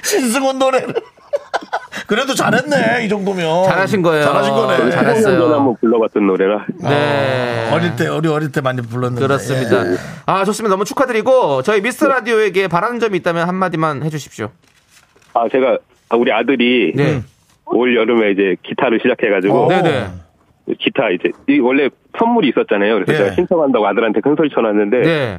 신승훈 노래를 그래도 잘했네 이 정도면
잘하신 거예요.
잘하신 거네.
잘하- 알았어요.
15년 전에 한 번 불러봤던 노래라.
네.
아, 어릴 때 우리 어릴 때 많이 불렀는데
그렇습니다.
예.
아, 좋습니다. 너무 축하드리고 저희 미스터 라디오에게 바라는 점이 있다면 한마디만 해 주십시오.
아, 제가, 아, 우리 아들이
네.
올 여름에 이제 기타를 시작해가지고.
네, 네.
기타 이제, 이 원래 선물이 있었잖아요. 그래서
예.
제가 신청한다고 아들한테 큰 소리 쳐놨는데.
네.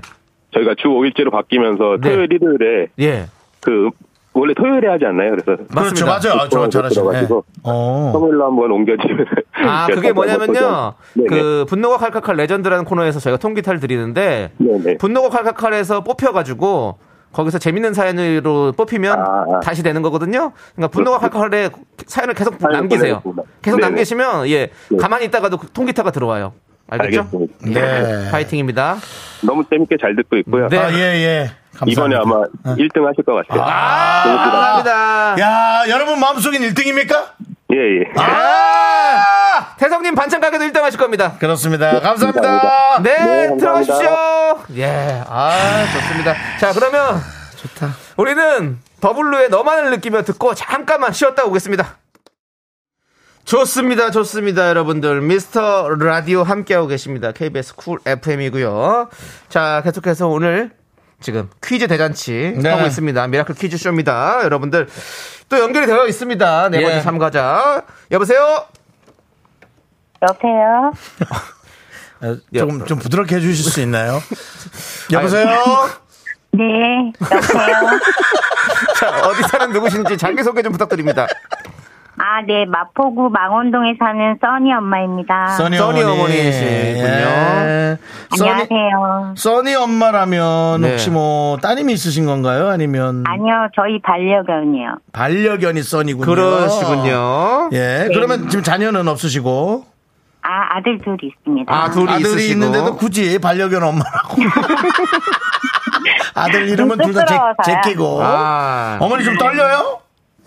저희가 주 5일째로 바뀌면서
네.
토요일, 일요일에
예.
그, 원래 토요일에 하지 않나요? 그래서.
맞습니다.
그렇죠 맞아요. 저 잘하시네.
들어가지고.
어.
성일로 한번 옮겨지면.
아,
제가
그게
다시 한번
뭐냐면요.
도전. 네네.
그 분노가 칼칼칼 레전드라는 코너에서 저희가 통기타를 드리는데
네네.
분노가 칼칼칼에서 뽑혀가지고 거기서 재밌는 사연으로 뽑히면
아, 아.
다시 되는 거거든요. 그러니까 분노가 칼칼칼에 사연을 계속
사연
남기세요.
보내고.
계속
네네.
남기시면 예
네.
가만히 있다가도 통기타가 들어와요. 알겠죠?
알겠습니다.
네.
예, 파이팅입니다.
너무 재밌게 잘 듣고 있고요.
네.
아, 예, 예. 감사합니다. 네.
이번에 아마 1등 하실 것 같아요.
아,
재밌게 잘-
감사합니다.
야, 여러분 마음속엔 1등입니까?
예, 예.
아! 태성님 반찬 가게도 1등 하실 겁니다.
그렇습니다. 네, 감사합니다.
감사합니다.
네,
네, 감사합니다.
들어가십시오. 예, 아, 좋습니다. 자, 그러면
좋다.
우리는 더블루의 너만을 느끼며 듣고 잠깐만 쉬었다 오겠습니다. 좋습니다, 좋습니다, 여러분들. 미스터 라디오 함께하고 계십니다. KBS 쿨 FM이고요. 자, 계속해서 오늘 지금 퀴즈 대잔치
네.
하고 있습니다. 미라클 퀴즈쇼입니다. 여러분들 또 연결이 되어 있습니다. 네
예.
번째 참가자. 여보세요?
여보세요?
아,
예.
조금 좀 부드럽게 해주실 수 있나요? 여보세요.
네, 여보세요?
자, 어디 사는 누구신지 자기소개 좀 부탁드립니다.
아, 네, 마포구 망원동에 사는 써니 엄마입니다.
써니,
어머니이시군요.
예. 써니,
안녕하세요.
써니 엄마라면
네.
혹시 뭐 따님이 있으신 건가요? 아니면
아니요, 저희 반려견이요.
반려견이 써니군요.
그러시군요.
네.
예. 그러면 지금 자녀는 없으시고
아, 아들 둘이 있습니다.
아들이 있는데도 굳이 반려견 엄마라고. 아들 이름은 둘 다
쑥스러워서요.
제끼고.
아.
어머니 좀 떨려요?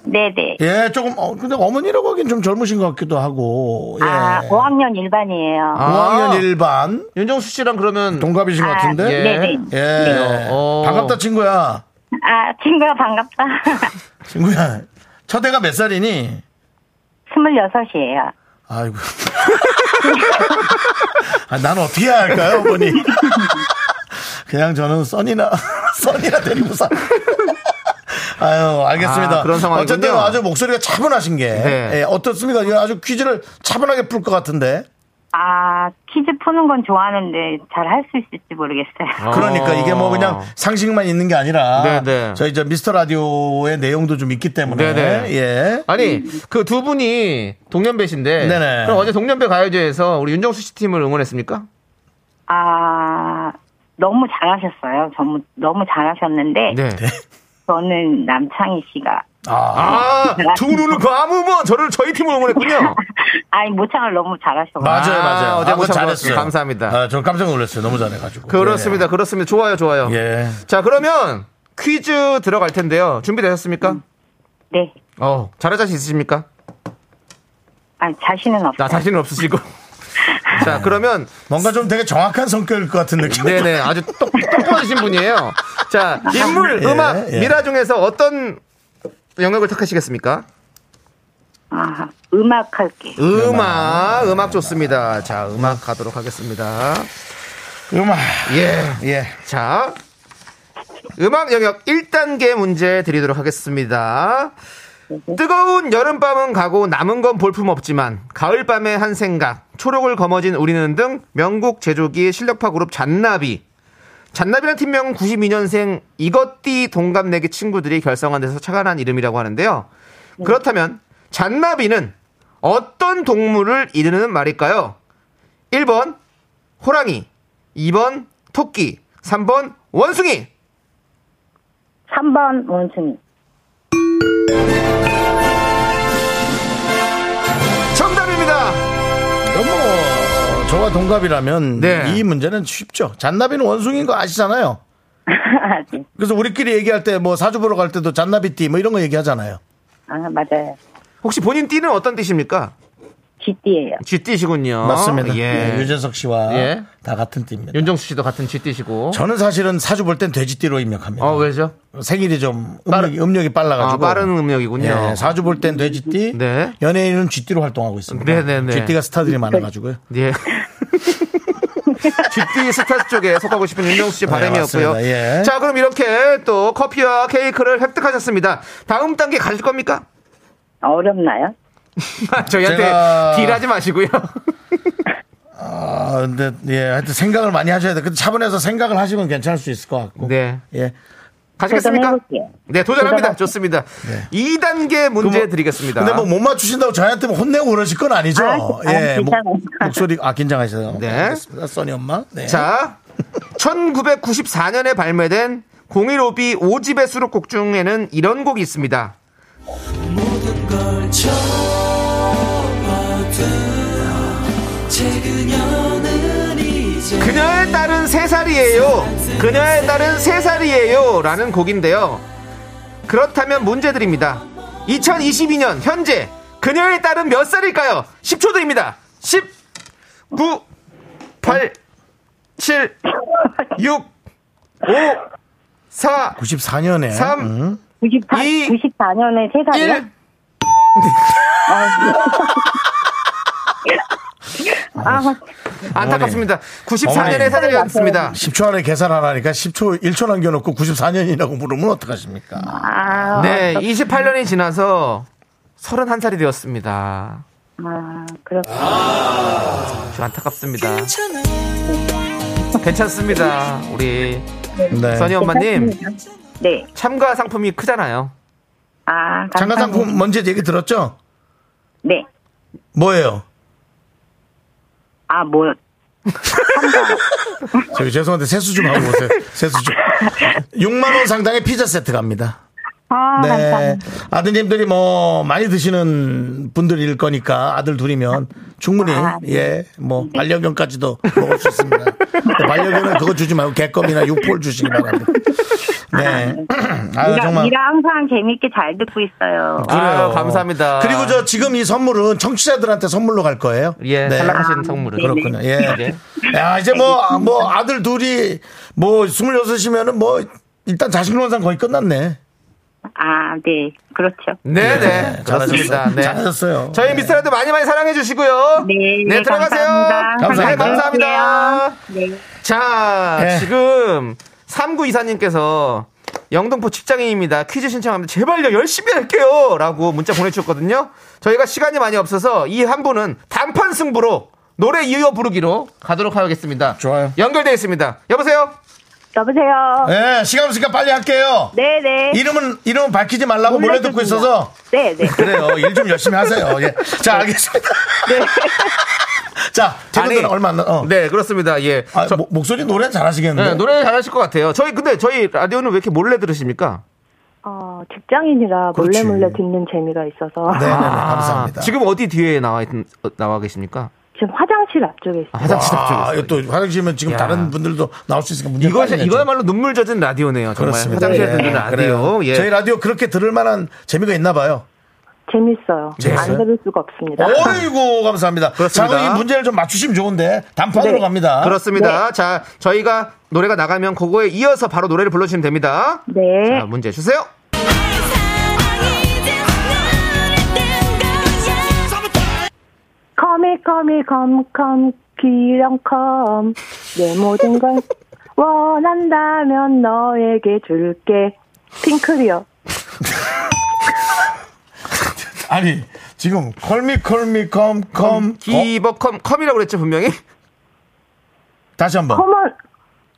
네네.
예, 조금 어, 근데 어머니라고 하긴 좀 젊으신 것 같기도 하고. 예.
아, 5학년 일반이에요.
아.
5학년 일반
윤정수 씨랑 그러면
동갑이신 것 같은데.
아, 네네.
예.
어.
반갑다 친구야.
아, 친구야, 반갑다.
친구야. 첫애가 몇 살이니?
26이에요.
아이고. 아, 난 어떻게 해야 할까요, 어머니? 그냥 저는 써니나, 써니나 데리고 사. 아유, 알겠습니다.
아, 그런 상황이군요.
어쨌든 아주 목소리가 차분하신 게.
네.
예, 어떻습니까? 이거 아주 퀴즈를 차분하게 풀 것 같은데.
아, 퀴즈 푸는 건 좋아하는데 잘 할 수 있을지 모르겠어요.
그러니까 이게 뭐 그냥 상식만 있는 게 아니라.
네네.
저희 저 미스터 라디오의 내용도 좀 있기 때문에.
네네.
예.
아니 그 두 분이 동년배신데
네네.
그럼 어제 동년배 가요제에서 우리 윤정수 씨 팀을 응원했습니까?
아, 너무 잘하셨어요. 너무, 너무 잘하셨는데,
네.
네.
저는 남창희 씨가
아, 두 눈을 감으면 저를 저희 팀을 응원했군요.
아니 모창을 너무 잘하셔.
맞아요, 맞아요.
아, 어제
아, 그거
모창 들었어요. 감사합니다.
아, 저 깜짝 놀랐어요. 너무 잘해가지고.
그렇습니다, 그렇습니다. 좋아요, 좋아요.
예. 예.
자 그러면 퀴즈 들어갈 텐데요. 준비되셨습니까?
네.
어, 잘할 자신 있으십니까?
아니 자신은 없어요.
나 자신은 없으시고. 자 그러면
뭔가 좀 되게 정확한 성격일 것 같은 느낌.
네네 아주 똑- 똑똑하신 분이에요. 자 인물,
예,
음악,
예.
미라 중에서 어떤 영역을 택하시겠습니까?
아, 음악 할게.
음악, 음악 좋습니다. 자, 음악 가도록 하겠습니다.
음악.
예.
예.
자, 음악 영역 1단계 문제 드리도록 하겠습니다. 뜨거운 여름밤은 가고 남은 건 볼품 없지만 가을밤의 한 생각, 초록을 거머쥔 우리는 등 명곡 제조기 실력파 그룹 잔나비. 잔나비란 팀명은 92년생 이것띠 동갑내기 친구들이 결성한 데서 착안한 이름이라고 하는데요. 그렇다면 잔나비는 어떤 동물을 이르는 말일까요? 1번 호랑이, 2번 토끼, 3번 원숭이. 뭐-
3번 원숭이.
정답입니다.
그럼 뭐 저와 동갑이라면
네.
이 문제는 쉽죠. 잔나비는 원숭이인 거 아시잖아요.
아직. 네.
그래서 우리끼리 얘기할 때 뭐 사주 보러 갈 때도 잔나비띠 뭐 이런 거 얘기하잖아요.
아 맞아요.
혹시 본인 띠는 어떤 띠십니까?
쥐띠예요.
쥐띠시군요.
맞습니다.
예.
네, 유재석 씨와
예.
다 같은 띠입니다.
윤정수 씨도 같은 쥐띠시고.
저는 사실은 사주 볼 땐 돼지띠로 입력합니다.
어, 왜죠?
생일이 좀
빠른-
음력이, 음력이
아,
빨라가지고
빠른 음력이군요.
예, 사주 볼 땐 돼지띠,
네.
연예인은 쥐띠로 활동하고 있습니다.
네네네.
쥐띠가 스타들이 많아가지고요.
예. 쥐띠 스타트 쪽에 속하고 싶은 윤정수 씨 바람이었고요.
네, 맞습니다. 예.
자, 그럼 이렇게 또 커피와 케이크를 획득하셨습니다. 다음 단계 가실 겁니까?
아, 어렵나요?
저희한테
제가-
딜하지 마시고요.
아, 근데 예, 하여튼 생각을 많이 하셔야 돼. 근데 차분해서 생각을 하시면 괜찮을 수 있을 것 같고.
네.
예.
가시겠습니까?
도전해볼게요.
네, 도전합니다.
도전할게요.
좋습니다. 2단계 문제 드리겠습니다.
뭐- 근데 네. 뭐 못 맞추신다고 저희한테 뭐 혼내고 그러실 건 아니죠?
아, 아,
예. 목,
괜찮아요.
목소리 아 긴장하셔서.
네.
알겠습니다. 써니 엄마. 네.
자, 1994년에 발매된 015B 5집의 수록곡 중에는 이런 곡이 있습니다. 그녀의 딸은 세살이에요 그녀의 딸은 세살이에요 라는 곡인데요. 그렇다면 문제 드립니다. 2022년 현재 그녀의 딸은 몇 살일까요? 10초 드립니다. 10, 9, 8, 7, 6, 5, 4
94년에 음.
3
94, 94년에 3살이요? 네.
아,
네.
안타깝습니다. 94년에 사들이었습니다.
10초 안에 계산하라니까 10초 1초 남겨놓고 94년이라고 물으면 어떡하십니까?
아,
네,
아,
28년이 지나서 31살이 되었습니다.
아, 그렇군요.
좀 안타깝습니다. 괜찮습니다. 우리
네.
써니 엄마님
네.
참가 상품이 크잖아요.
아,
장가 상품 먼저 얘기 들었죠?
네.
뭐예요?
아, 뭐,
저기 죄송한데 세수 좀 하고 오세요. 세수 좀. 6만 원 상당의 피자 세트 갑니다.
아,
네. 아드님들이 뭐 많이 드시는 분들일 거니까 아들 둘이면 충분히
아, 네.
예, 뭐 반려견까지도 먹을 수 있습니다. 근데 반려견은 그거 주지 말고 개껌이나 육포를 주시기 바랍니다. 네. 아유
미라,
정말
미라 항상 재밌게 잘 듣고 있어요.
아, 감사합니다.
그리고 저 지금 이 선물은 청취자들한테 선물로 갈 거예요.
예, 탈락하신 선물은.
네. 그렇군요. 예.
네.
야, 이제 뭐, 아, 뭐, 아들 둘이 뭐, 26이면은 뭐, 일단 자식론상 거의 끝났네.
아, 네. 그렇죠.
네, 네.
네,
그렇습니다.
잘하셨어요.
네.
잘하셨어요.
저희 미스터라도 많이 많이 사랑해 주시고요.
네,
네, 들어가세요.
감사합니다.
네,
감사합니다.
감사합니다. 네.
네.
자,
예.
지금 3구 이사님께서 영등포 직장인입니다. 퀴즈 신청합니다. 제발요, 열심히 할게요. 라고 문자 보내주셨거든요. 저희가 시간이 많이 없어서 이 한 분은 단판 승부로 노래 이어 부르기로 가도록 하겠습니다.
좋아요.
연결되어 있습니다. 여보세요?
여보세요.
예, 시간 없으니까 빨리 할게요.
네네.
이름은, 이름은 밝히지 말라고 몰래 듣고 있어서.
네네.
그래요. 일 좀 열심히 하세요. 예.
네.
자, 알겠습니다. 자, 제분들은 얼마 안 나, 어.
네, 그렇습니다. 예.
아,
저-
모- 목소리 노래 잘하시겠는데.
네, 노래 잘하실 것 같아요. 저희, 근데 저희 라디오는 왜 이렇게 몰래 들으십니까?
어, 직장인이라
그렇지.
몰래 몰래 듣는 재미가 있어서
네네네,
아,
감사합니다.
지금 어디 뒤에 나와, 있, 어, 나와 계십니까?
지금 화장실 앞쪽에 있어요.
아, 화장실 앞쪽에
아,
있어요.
이거 또 화장실이면 지금
야.
다른 분들도 나올 수 있으니까 문제
이거 이거야말로 눈물 젖은 라디오네요. 정말
그렇습니다.
화장실에
예,
듣는
그래요.
라디오. 예.
저희 라디오 그렇게 들을 만한 재미가 있나 봐요.
재밌어요.
재밌어요?
안 들을 수가 없습니다.
어이구, 감사합니다.
그렇습니다.
자, 그럼 이 문제를 좀 맞추시면 좋은데, 단판으로
네.
갑니다. 뭐, 네.
그렇습니다. 자, 저희가 노래가 나가면 그거에 이어서 바로 노래를 불러주시면 됩니다.
네.
자, 문제 주세요.
컴이 컴이 컴컴 귀렴컴 내 모든 걸 원한다면 너에게 줄게 핑클이요.
아니, 지금, 컬미, 컬미, 컴, 컴, 어?
기버컴 컴이라고 그랬죠 분명히.
다시 한 번.
컴온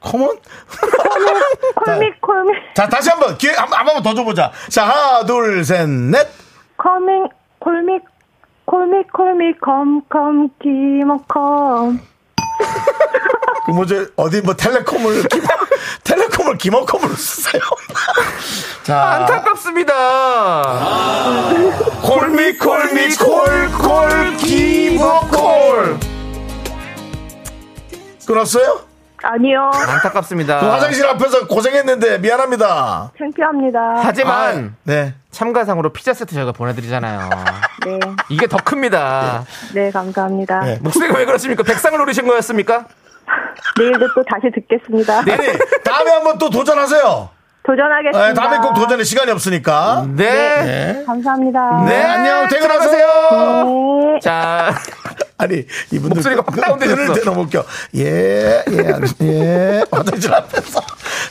컴온?
네.
콜미 콜미
자, 다시 한 번. 기회, 한, 한 번만 더 줘보자. 자, 하나, 둘, 셋, 넷.
컴밍 콜미 콜미 콜미 컴컴 기머컴
그 뭐지, 어디 뭐 텔레콤을, 김, 텔레콤을 김어컴으로 쓰세요. 자,
안타깝습니다.
콜미, 콜미, 콜, 콜, 김어콜. 끊었어요?
아니요
안타깝습니다.
그 화장실 앞에서 고생했는데 미안합니다.
창피합니다.
하지만
아, 네.
참가상으로 피자 세트 저희가 보내드리잖아요.
네,
이게 더 큽니다.
네 감사합니다.
네.
목소리가 왜 그러십니까? 백상을 노리신 거였습니까?
내일도 또 다시 듣겠습니다.
아니, 다음에 한번 또 도전하세요.
도전하겠습니다.
네, 다음에 꼭 도전해. 시간이 없으니까.
네. 네.
네.
감사합니다.
네, 안녕. 퇴근하세요.
네.
자,
아니 이분들
목소리가 확 다운되셨어.
그럴 때 너무 웃겨. 예예 예, 예. 화장실 앞에서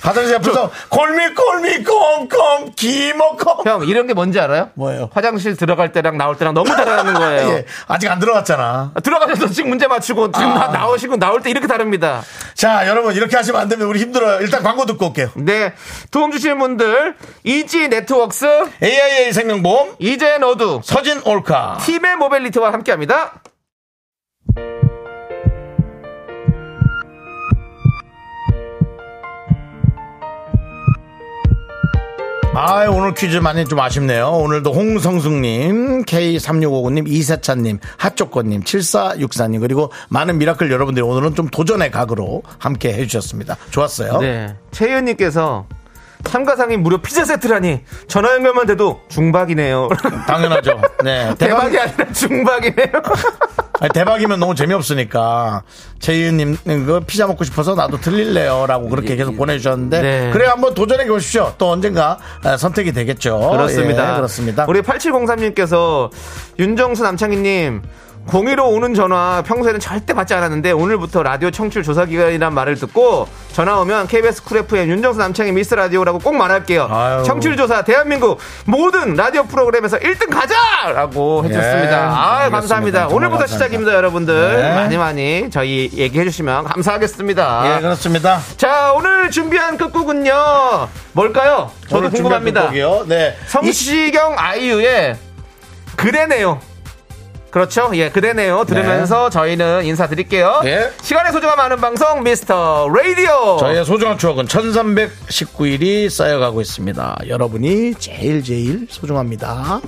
화장실 앞에서 골미 골미 꼼꼼 기모꼼
형 이런 게 뭔지 알아요?
뭐예요?
화장실 들어갈 때랑 나올 때랑 너무 다르다는 거예요.
예, 아직 안 들어갔잖아. 아.
아, 들어가셔서 지금 문제 맞추고 지금 나 나오시고 나올 때 이렇게 다릅니다.
자 아, 여러분 이렇게 하시면 안 됩니다. 우리 힘들어요. 일단 광고 듣고 올게요.
네 도움 주시는 분들 이지 네트웍스
AIA 생명보험
이젠 어두
서진 올카
팀의 모빌리티와 함께합니다.
아 오늘 퀴즈 많이 좀 아쉽네요. 오늘도 홍성숙님, K3659님, 이세찬님, 핫초코님, 7464님, 그리고 많은 미라클 여러분들이 오늘은 좀 도전의 각으로 함께 해주셨습니다. 좋았어요.
네 최윤님께서 참가상이 무료 피자 세트라니 전화 연결만 돼도 중박이네요.
당연하죠. 네. 대박.
대박이 아니라 중박이네요.
아니, 대박이면 너무 재미없으니까 최희은님 그 피자 먹고 싶어서 나도 들릴래요라고 그렇게 계속 보내주셨는데
네.
그래 한번 도전해 보십시오. 또 언젠가 아, 선택이 되겠죠.
그렇습니다.
예, 그렇습니다.
우리 8703님께서 윤정수 남창희님 공의로 오는 전화 평소에는 절대 받지 않았는데 오늘부터 라디오 청취율 조사 기간이란 말을 듣고 전화 오면 KBS 쿨 FM 윤정수 남창희 미스 라디오라고 꼭 말할게요. 청취율 조사 대한민국 모든 라디오 프로그램에서 1등 가자라고 해줬습니다.
예,
아
알겠습니다.
감사합니다.
정말
오늘부터
감사합니다.
시작입니다, 여러분들
네.
많이 많이 저희 얘기해 주시면 감사하겠습니다.
예, 그렇습니다.
자 오늘 준비한 끝곡은요 뭘까요? 저도
오늘 준비한
궁금합니다.
곡이요. 네.
성시경 아이유의 그대네요. 그렇죠? 예, 그대네요. 들으면서 저희는 인사드릴게요.
예.
시간의 소중함 아는 방송 미스터 라디오.
저희의 소중한 추억은 1319일이 쌓여가고 있습니다. 여러분이 제일 제일 소중합니다.